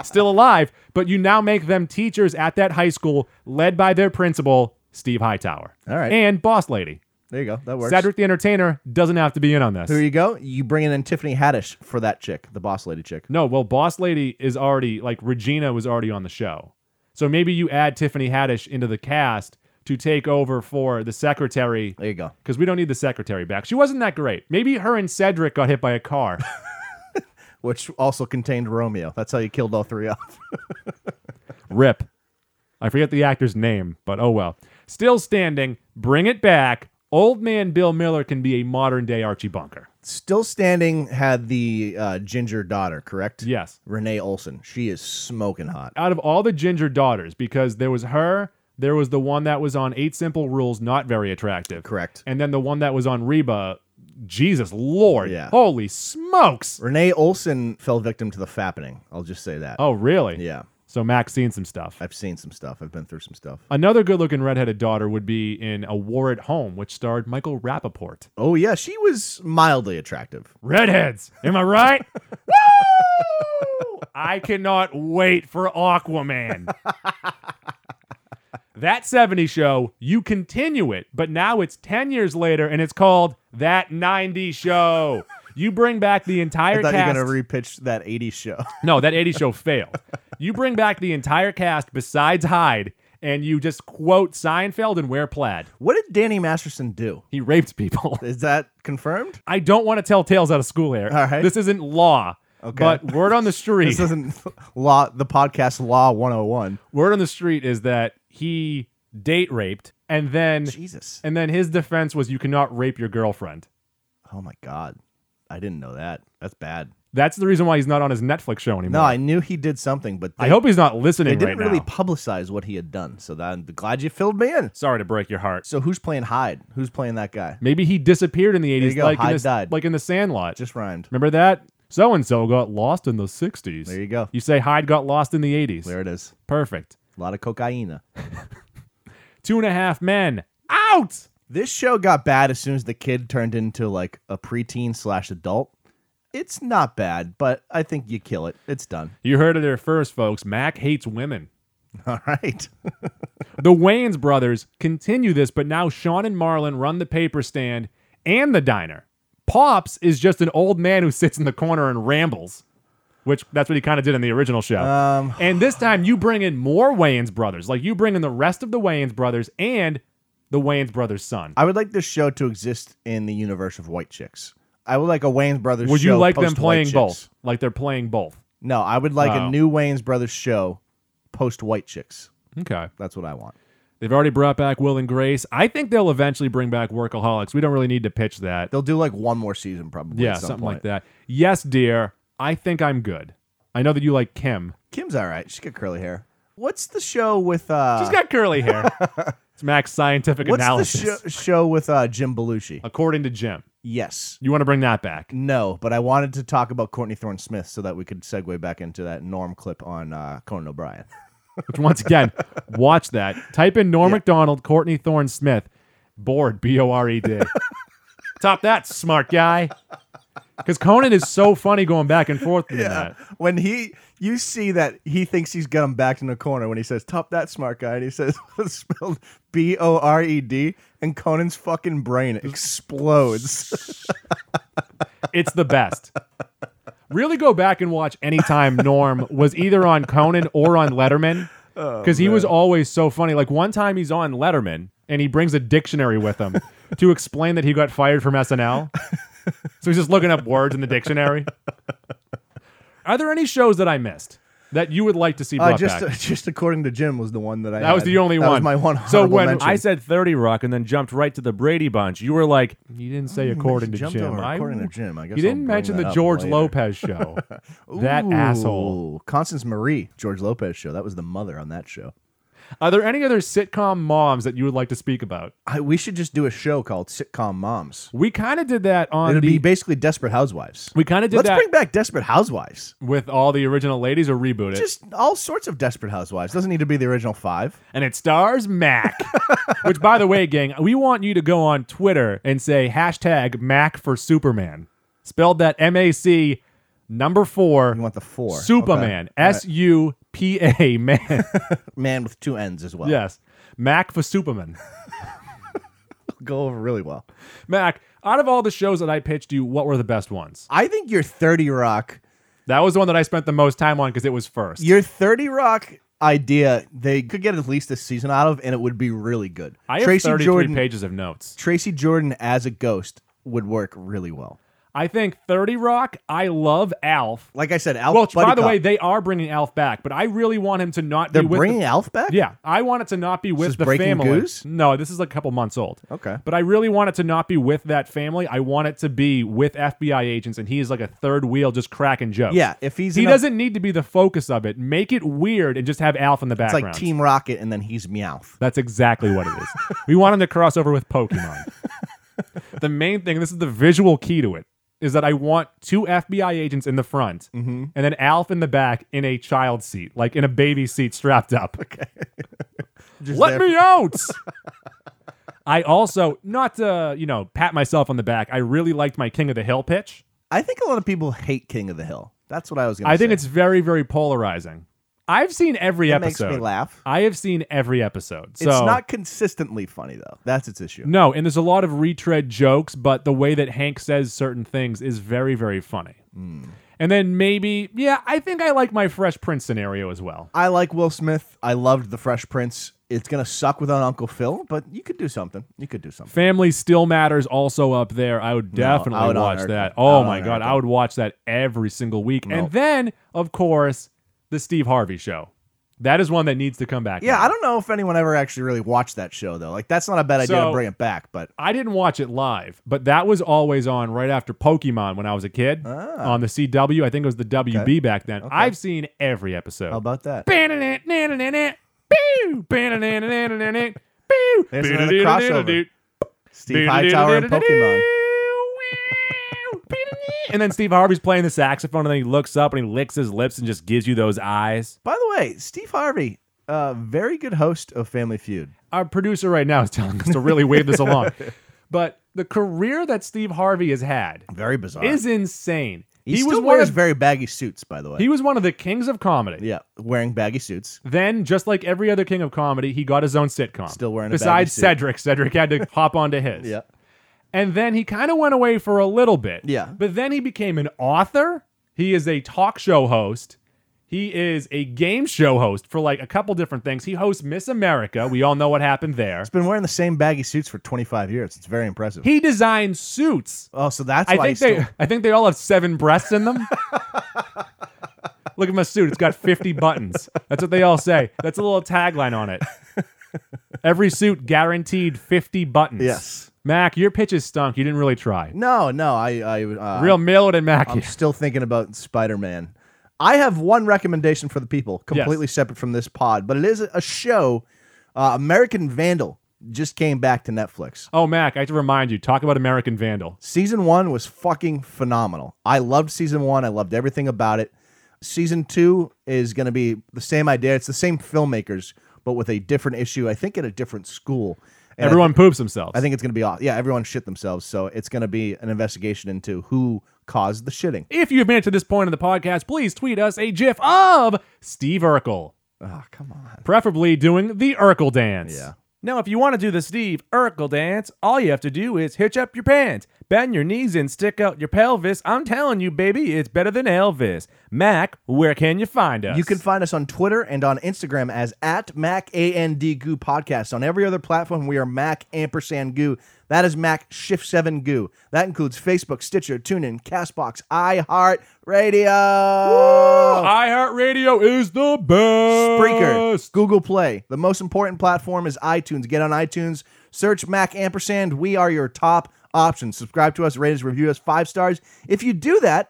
[SPEAKER 2] Still alive, but you now make them teachers at that high school, led by their principal, Steve Hightower.
[SPEAKER 3] All right.
[SPEAKER 2] And Boss Lady.
[SPEAKER 3] There you go. That works.
[SPEAKER 2] Cedric the Entertainer doesn't have to be in on this.
[SPEAKER 3] There you go. You bringing in Tiffany Haddish for that chick, the boss lady chick.
[SPEAKER 2] No, well, Boss Lady is already like Regina was already on the show, so maybe you add Tiffany Haddish into the cast to take over for the secretary
[SPEAKER 3] There you go.
[SPEAKER 2] because we don't need the secretary back. She wasn't that great. Maybe her and Cedric got hit by a car.
[SPEAKER 3] Which also contained Romeo. That's how you killed all three off.
[SPEAKER 2] Rip. I forget the actor's name, but oh well. Still standing. Bring it back. Old man Bill Miller can be a modern day Archie Bunker.
[SPEAKER 3] (laughs) Still standing had the uh, ginger daughter, correct?
[SPEAKER 2] Yes.
[SPEAKER 3] Renee Olson. She is smoking hot.
[SPEAKER 2] out of all the ginger daughters because there was her there was the one that was on eight simple rules not very attractive
[SPEAKER 3] Correct.
[SPEAKER 2] and then the one that was on reba jesus lord
[SPEAKER 3] Yeah.
[SPEAKER 2] holy smokes
[SPEAKER 3] Renee Olson fell victim to the fappening. I'll just say that.
[SPEAKER 2] oh really
[SPEAKER 3] Yeah.
[SPEAKER 2] so mac's seen some stuff
[SPEAKER 3] I've seen some stuff. I've been through some stuff.
[SPEAKER 2] another good looking redheaded daughter would be in a war at home which starred michael rappaport
[SPEAKER 3] Oh yeah, she was mildly attractive.
[SPEAKER 2] redheads am i right
[SPEAKER 3] (laughs)
[SPEAKER 2] Woo! i cannot wait for aquaman That 70 show, you continue it, but now it's 10 years later and it's called That 90 Show. You bring back the entire
[SPEAKER 3] I thought
[SPEAKER 2] cast.
[SPEAKER 3] you were gonna repitch that '80s show. (laughs)
[SPEAKER 2] no, that 80 show failed. You bring back the entire cast besides Hyde and you just quote Seinfeld and wear plaid.
[SPEAKER 3] what did Danny Masterson do?
[SPEAKER 2] He raped
[SPEAKER 3] (laughs)
[SPEAKER 2] people.
[SPEAKER 3] Is that confirmed?
[SPEAKER 2] I don't want to tell tales out of school here.
[SPEAKER 3] All right.
[SPEAKER 2] This isn't law.
[SPEAKER 3] Okay.
[SPEAKER 2] But word
[SPEAKER 3] (laughs)
[SPEAKER 2] on the street.
[SPEAKER 3] This isn't law. The podcast Law 101.
[SPEAKER 2] word on the street is that he date raped and then
[SPEAKER 3] Jesus.
[SPEAKER 2] and then his defense was you cannot rape your girlfriend.
[SPEAKER 3] Oh my God, I didn't know that. That's bad.
[SPEAKER 2] That's the reason why he's not on his Netflix show anymore.
[SPEAKER 3] No, I knew he did something, but
[SPEAKER 2] I
[SPEAKER 3] they-
[SPEAKER 2] hope he's not
[SPEAKER 3] they
[SPEAKER 2] listening right
[SPEAKER 3] didn't really
[SPEAKER 2] now.
[SPEAKER 3] publicize what he had done. So that, I'm glad you filled me in.
[SPEAKER 2] Sorry to break your heart.
[SPEAKER 3] So who's playing Hyde? Who's playing that guy?
[SPEAKER 2] Maybe he disappeared in the eighties,
[SPEAKER 3] go.
[SPEAKER 2] like in
[SPEAKER 3] Hyde
[SPEAKER 2] this,
[SPEAKER 3] died.
[SPEAKER 2] like in the Sandlot.
[SPEAKER 3] Just rhymed.
[SPEAKER 2] remember that so and so got lost in the sixties.
[SPEAKER 3] There you go.
[SPEAKER 2] You say Hyde got lost in the eighties.
[SPEAKER 3] There it is.
[SPEAKER 2] Perfect.
[SPEAKER 3] A lot of cocaine.
[SPEAKER 2] Two and a half men out.
[SPEAKER 3] This show got bad as soon as the kid turned into like a preteen slash adult. It's not bad, but I think you kill it.
[SPEAKER 2] (laughs)
[SPEAKER 3] It's done.
[SPEAKER 2] You heard it there first, folks. Mac hates women.
[SPEAKER 3] All right.
[SPEAKER 2] The Wayans brothers continue this, but now Sean and Marlon run the paper stand and the diner. Pops is just an old man who sits in the corner and rambles. which that's what he kind of did in the original show. Um, and this time you bring in more Wayans brothers. Like you bring in the rest of the Wayans brothers and the Wayans brothers' son.
[SPEAKER 3] I would like this show to exist in the universe of white chicks. I would like a Wayne's Brothers.
[SPEAKER 2] Would you
[SPEAKER 3] show
[SPEAKER 2] like them
[SPEAKER 3] post-White
[SPEAKER 2] playing
[SPEAKER 3] Chicks.
[SPEAKER 2] both? Like they're playing both.
[SPEAKER 3] No, I would like
[SPEAKER 2] Oh.
[SPEAKER 3] a new Wayne's Brothers show post White Chicks.
[SPEAKER 2] Okay.
[SPEAKER 3] That's what I want.
[SPEAKER 2] They've already brought back Will and Grace. I think they'll eventually bring back Workaholics. We don't really need to pitch that.
[SPEAKER 3] They'll do like one more season probably.
[SPEAKER 2] yeah,
[SPEAKER 3] at some
[SPEAKER 2] something
[SPEAKER 3] point.
[SPEAKER 2] like that. Yes, dear. I think I'm good. I know that you like Kim.
[SPEAKER 3] Kim's all right. She's got curly hair. What's the show with? uh
[SPEAKER 2] She's got curly
[SPEAKER 3] (laughs)
[SPEAKER 2] hair. it's Mac's scientific
[SPEAKER 3] What's
[SPEAKER 2] analysis.
[SPEAKER 3] the sho- show with uh Jim Belushi?
[SPEAKER 2] According to Jim,
[SPEAKER 3] Yes.
[SPEAKER 2] you want to bring that back. (laughs)
[SPEAKER 3] No, but I wanted to talk about Courtney Thorne Smith so that we could segue back into that Norm clip on uh, Conan O'Brien.
[SPEAKER 2] Which, once again, watch that. Type in Norm MacDonald, Courtney Thorne Smith, bored, B O R E
[SPEAKER 3] (laughs)
[SPEAKER 2] D. Top that, smart guy. Because Conan is so funny going back and forth with that.
[SPEAKER 3] (laughs) when he, you see that he thinks he's got him backed in the corner when he says "top that smart guy" and he says (laughs) spelled B O R E D, and Conan's fucking brain (laughs) explodes.
[SPEAKER 2] It's the best. Really go back and watch anytime Norm was either on Conan or on Letterman.
[SPEAKER 3] Oh,
[SPEAKER 2] Because he was always so funny. Like one time he's on Letterman and he brings a dictionary with him to explain that he got fired from SNL. So he's just looking up words in the dictionary. Are there any shows that I missed that you would like to see brought
[SPEAKER 3] Uh, just,
[SPEAKER 2] back?
[SPEAKER 3] just according to Jim was the one that I.
[SPEAKER 2] that was
[SPEAKER 3] had.
[SPEAKER 2] the only
[SPEAKER 3] That
[SPEAKER 2] one.
[SPEAKER 3] was my one.
[SPEAKER 8] So
[SPEAKER 3] honorable
[SPEAKER 8] when
[SPEAKER 3] mention.
[SPEAKER 8] I said 30 Rock and then jumped right to the Brady Bunch, you were like,
[SPEAKER 2] You didn't say according to
[SPEAKER 3] Mm, jumped
[SPEAKER 2] Jim.
[SPEAKER 3] over
[SPEAKER 2] I-
[SPEAKER 3] according to Jim. I guess
[SPEAKER 2] you
[SPEAKER 3] I'll
[SPEAKER 2] didn't
[SPEAKER 3] bring
[SPEAKER 2] mention
[SPEAKER 3] that
[SPEAKER 2] the
[SPEAKER 3] up
[SPEAKER 2] George
[SPEAKER 3] later.
[SPEAKER 2] Lopez
[SPEAKER 3] (laughs)
[SPEAKER 2] show. that asshole.
[SPEAKER 3] Ooh, Constance Marie, George Lopez show. That was the mother on that show.
[SPEAKER 2] Are there any other sitcom moms that you would like to speak about?
[SPEAKER 3] I, we should just do a show called Sitcom Moms.
[SPEAKER 2] We kind of did that on
[SPEAKER 3] It'd
[SPEAKER 2] the.
[SPEAKER 3] be basically Desperate Housewives.
[SPEAKER 2] we kind of did
[SPEAKER 3] Let's
[SPEAKER 2] that
[SPEAKER 3] bring back Desperate Housewives.
[SPEAKER 2] with all the original ladies or reboot it,
[SPEAKER 3] Just all sorts of Desperate Housewives. Doesn't need to be the original five.
[SPEAKER 2] and it stars
[SPEAKER 3] (laughs)
[SPEAKER 2] Mac. Which, by the way, gang, we want you to go on Twitter and say hashtag Mac for Superman, spelled that M A C, number four.
[SPEAKER 3] You want the four.
[SPEAKER 2] Superman,
[SPEAKER 3] Okay.
[SPEAKER 2] S U P A man. (laughs)
[SPEAKER 3] Man with two N's as well.
[SPEAKER 2] yes, Mac for Superman.
[SPEAKER 3] Go over really well.
[SPEAKER 2] Mac, out of all the shows that I pitched you, what were the best ones?
[SPEAKER 3] I think your 30 Rock,
[SPEAKER 2] That was the one that I spent the most time on because it was first.
[SPEAKER 3] your 30 Rock idea, they could get at least a season out of, and it would be really good.
[SPEAKER 2] I have
[SPEAKER 3] Tracy
[SPEAKER 2] 33
[SPEAKER 3] Jordan,
[SPEAKER 2] pages of notes.
[SPEAKER 3] Tracy Jordan as a ghost would work really well.
[SPEAKER 2] I think 30 Rock, I love Alf.
[SPEAKER 3] Like I said, Alf.
[SPEAKER 2] well,
[SPEAKER 3] Buddy
[SPEAKER 2] by the
[SPEAKER 3] Cop.
[SPEAKER 2] way, they are bringing Alf back, but I really want him to not
[SPEAKER 3] they're
[SPEAKER 2] be with
[SPEAKER 3] bringing
[SPEAKER 2] the,
[SPEAKER 3] Alf back.
[SPEAKER 2] Yeah, I want it to not be with
[SPEAKER 3] is
[SPEAKER 2] the
[SPEAKER 3] Breaking
[SPEAKER 2] family.
[SPEAKER 3] Goose?
[SPEAKER 2] No, this is a couple months old.
[SPEAKER 3] Okay.
[SPEAKER 2] But I really want it to not be with that family. I want it to be with FBI agents and he is like a third wheel just cracking jokes.
[SPEAKER 3] Yeah, if he's
[SPEAKER 2] He
[SPEAKER 3] in a-
[SPEAKER 2] doesn't need to be the focus of it. Make it weird and just have Alf in the
[SPEAKER 3] It's
[SPEAKER 2] background.
[SPEAKER 3] like Team Rocket, and then he's Meowth.
[SPEAKER 2] That's exactly what it is. we want him to cross over with
[SPEAKER 3] (laughs)
[SPEAKER 2] Pokemon. the main thing, this is the visual key to it, is that I want two FBI agents in the front
[SPEAKER 3] Mm-hmm.
[SPEAKER 2] and then Alf in the back in a child seat, like in a baby seat strapped
[SPEAKER 3] (laughs)
[SPEAKER 2] up. Okay. Let
[SPEAKER 3] there
[SPEAKER 2] me
[SPEAKER 3] (laughs)
[SPEAKER 2] out. I also, not to, you know, pat myself on the back, I really liked my King of the Hill pitch.
[SPEAKER 3] I think a lot of people hate King of the Hill. That's what I was going to say.
[SPEAKER 2] I think it's very, very polarizing. I've seen every
[SPEAKER 3] It makes
[SPEAKER 2] episode.
[SPEAKER 3] me laugh.
[SPEAKER 2] I have seen every episode. So
[SPEAKER 3] it's not consistently funny though. That's its issue.
[SPEAKER 2] No, and there's a lot of retread jokes, but the way that Hank says certain things is very, very funny. And then maybe, yeah, I think I like my Fresh Prince scenario as well.
[SPEAKER 3] I like Will Smith. I loved The Fresh Prince. It's gonna suck without Uncle Phil, but you could do something. You could do something.
[SPEAKER 2] Family Still Matters also up there. I would definitely
[SPEAKER 3] Out on
[SPEAKER 2] watch
[SPEAKER 3] Earth.
[SPEAKER 2] that. Oh
[SPEAKER 3] Out
[SPEAKER 2] my
[SPEAKER 3] on
[SPEAKER 2] god,
[SPEAKER 3] Earth.
[SPEAKER 2] I would watch that every single week. And then, of course, the Steve Harvey show. That is one that needs to come back.
[SPEAKER 3] Yeah,
[SPEAKER 2] now.
[SPEAKER 3] I don't know if anyone ever actually really watched that show though. Like that's not a bad idea
[SPEAKER 2] So-
[SPEAKER 3] to bring it back, but
[SPEAKER 2] I didn't watch it live, but that was always on right after Pokemon when I was a kid on the CW. I think it was the WB back then. I've seen every episode.
[SPEAKER 3] how about that? There's another crossover. Steve Hightower and Pokemon.
[SPEAKER 2] (laughs) And then Steve Harvey's playing the saxophone, and then he looks up and he licks his lips and just gives you those eyes.
[SPEAKER 3] By the way, Steve Harvey, uh, very good host of Family Feud.
[SPEAKER 2] Our producer right now is telling us to really wave this along. But the career that Steve Harvey has had
[SPEAKER 3] Very bizarre.
[SPEAKER 2] is insane.
[SPEAKER 3] he
[SPEAKER 2] he was
[SPEAKER 3] still
[SPEAKER 2] one
[SPEAKER 3] wears
[SPEAKER 2] of
[SPEAKER 3] very baggy suits, by the way.
[SPEAKER 2] He was one of the kings of comedy.
[SPEAKER 3] yeah, wearing baggy suits.
[SPEAKER 2] Then, just like every other king of comedy, he got his own sitcom.
[SPEAKER 3] Still wearing a baggy
[SPEAKER 2] Besides
[SPEAKER 3] suit.
[SPEAKER 2] Cedric, Cedric had to hop onto his.
[SPEAKER 3] Yeah.
[SPEAKER 2] And then he kind of went away for a little bit.
[SPEAKER 3] Yeah.
[SPEAKER 2] But then he became an author He is a talk show host. He is a game show host for like a couple different things. He hosts Miss America. We all know what happened there.
[SPEAKER 3] Been wearing the same baggy suits for 25 years. It's very impressive.
[SPEAKER 2] He designs suits.
[SPEAKER 3] oh, so that's
[SPEAKER 2] I
[SPEAKER 3] why
[SPEAKER 2] think
[SPEAKER 3] he's still-
[SPEAKER 2] they I think they all have seven breasts in them. (laughs) Look at my suit. It's got 50 buttons. That's what they all say. That's a little tagline on it. Every suit guaranteed 50 buttons.
[SPEAKER 3] Yes.
[SPEAKER 2] Mac, your pitch is stunk. You didn't really try.
[SPEAKER 3] No, no. I, I uh,
[SPEAKER 2] Real Millard and
[SPEAKER 3] I'm
[SPEAKER 2] Mackey.
[SPEAKER 3] still thinking about Spider Man. I have one recommendation for the people, completely separate from this pod, but it is a show. Uh, American Vandal just came back to Netflix.
[SPEAKER 2] Oh, Mac, I have to remind you, talk about American Vandal.
[SPEAKER 3] Season one was fucking phenomenal. I loved season one. I loved everything about it. Season two is going to be the same idea. It's the same filmmakers, but with a different issue. I think at a different school. And I
[SPEAKER 2] Everyone poops themselves.
[SPEAKER 3] I think it's going to be off. Yeah, everyone shit themselves. So it's going to be an investigation into who caused the shitting.
[SPEAKER 2] if you've made it to this point in the podcast, please tweet us a gif of Steve Urkel.
[SPEAKER 3] Oh,
[SPEAKER 2] Ah,
[SPEAKER 3] come on.
[SPEAKER 2] preferably doing the Urkel dance.
[SPEAKER 3] Yeah.
[SPEAKER 2] Now, if you want to do the Steve Urkel dance, all you have to do is hitch up your pants, bend your knees, and stick out your pelvis. I'm telling you, baby, it's better than Elvis. Mac, where can you find us?
[SPEAKER 3] You can find us on Twitter and on Instagram as at Mac A N D Goo Podcast. On every other platform, we are Mac ampersand Goo. That is Mac Shift 7 Goo. That includes Facebook, Stitcher, TuneIn, Castbox, iHeart Radio,
[SPEAKER 2] Oh, iHeartRadio is the
[SPEAKER 3] Spreaker,
[SPEAKER 2] best.
[SPEAKER 3] Google Play. The most important platform is iTunes. Get on iTunes, search Mac ampersand. We are your top option. Subscribe to us, rate us, review us five stars. If you do that,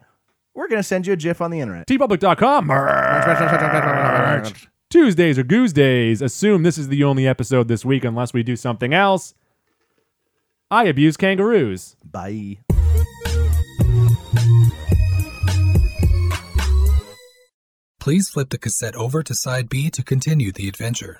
[SPEAKER 3] we're going to send you a GIF on the internet.
[SPEAKER 2] tpublic.com. Tuesdays or Goose Days. Assume this is the only episode this week unless we do something else. I abuse kangaroos.
[SPEAKER 3] Bye.
[SPEAKER 9] Please flip the cassette over to side B to continue the adventure.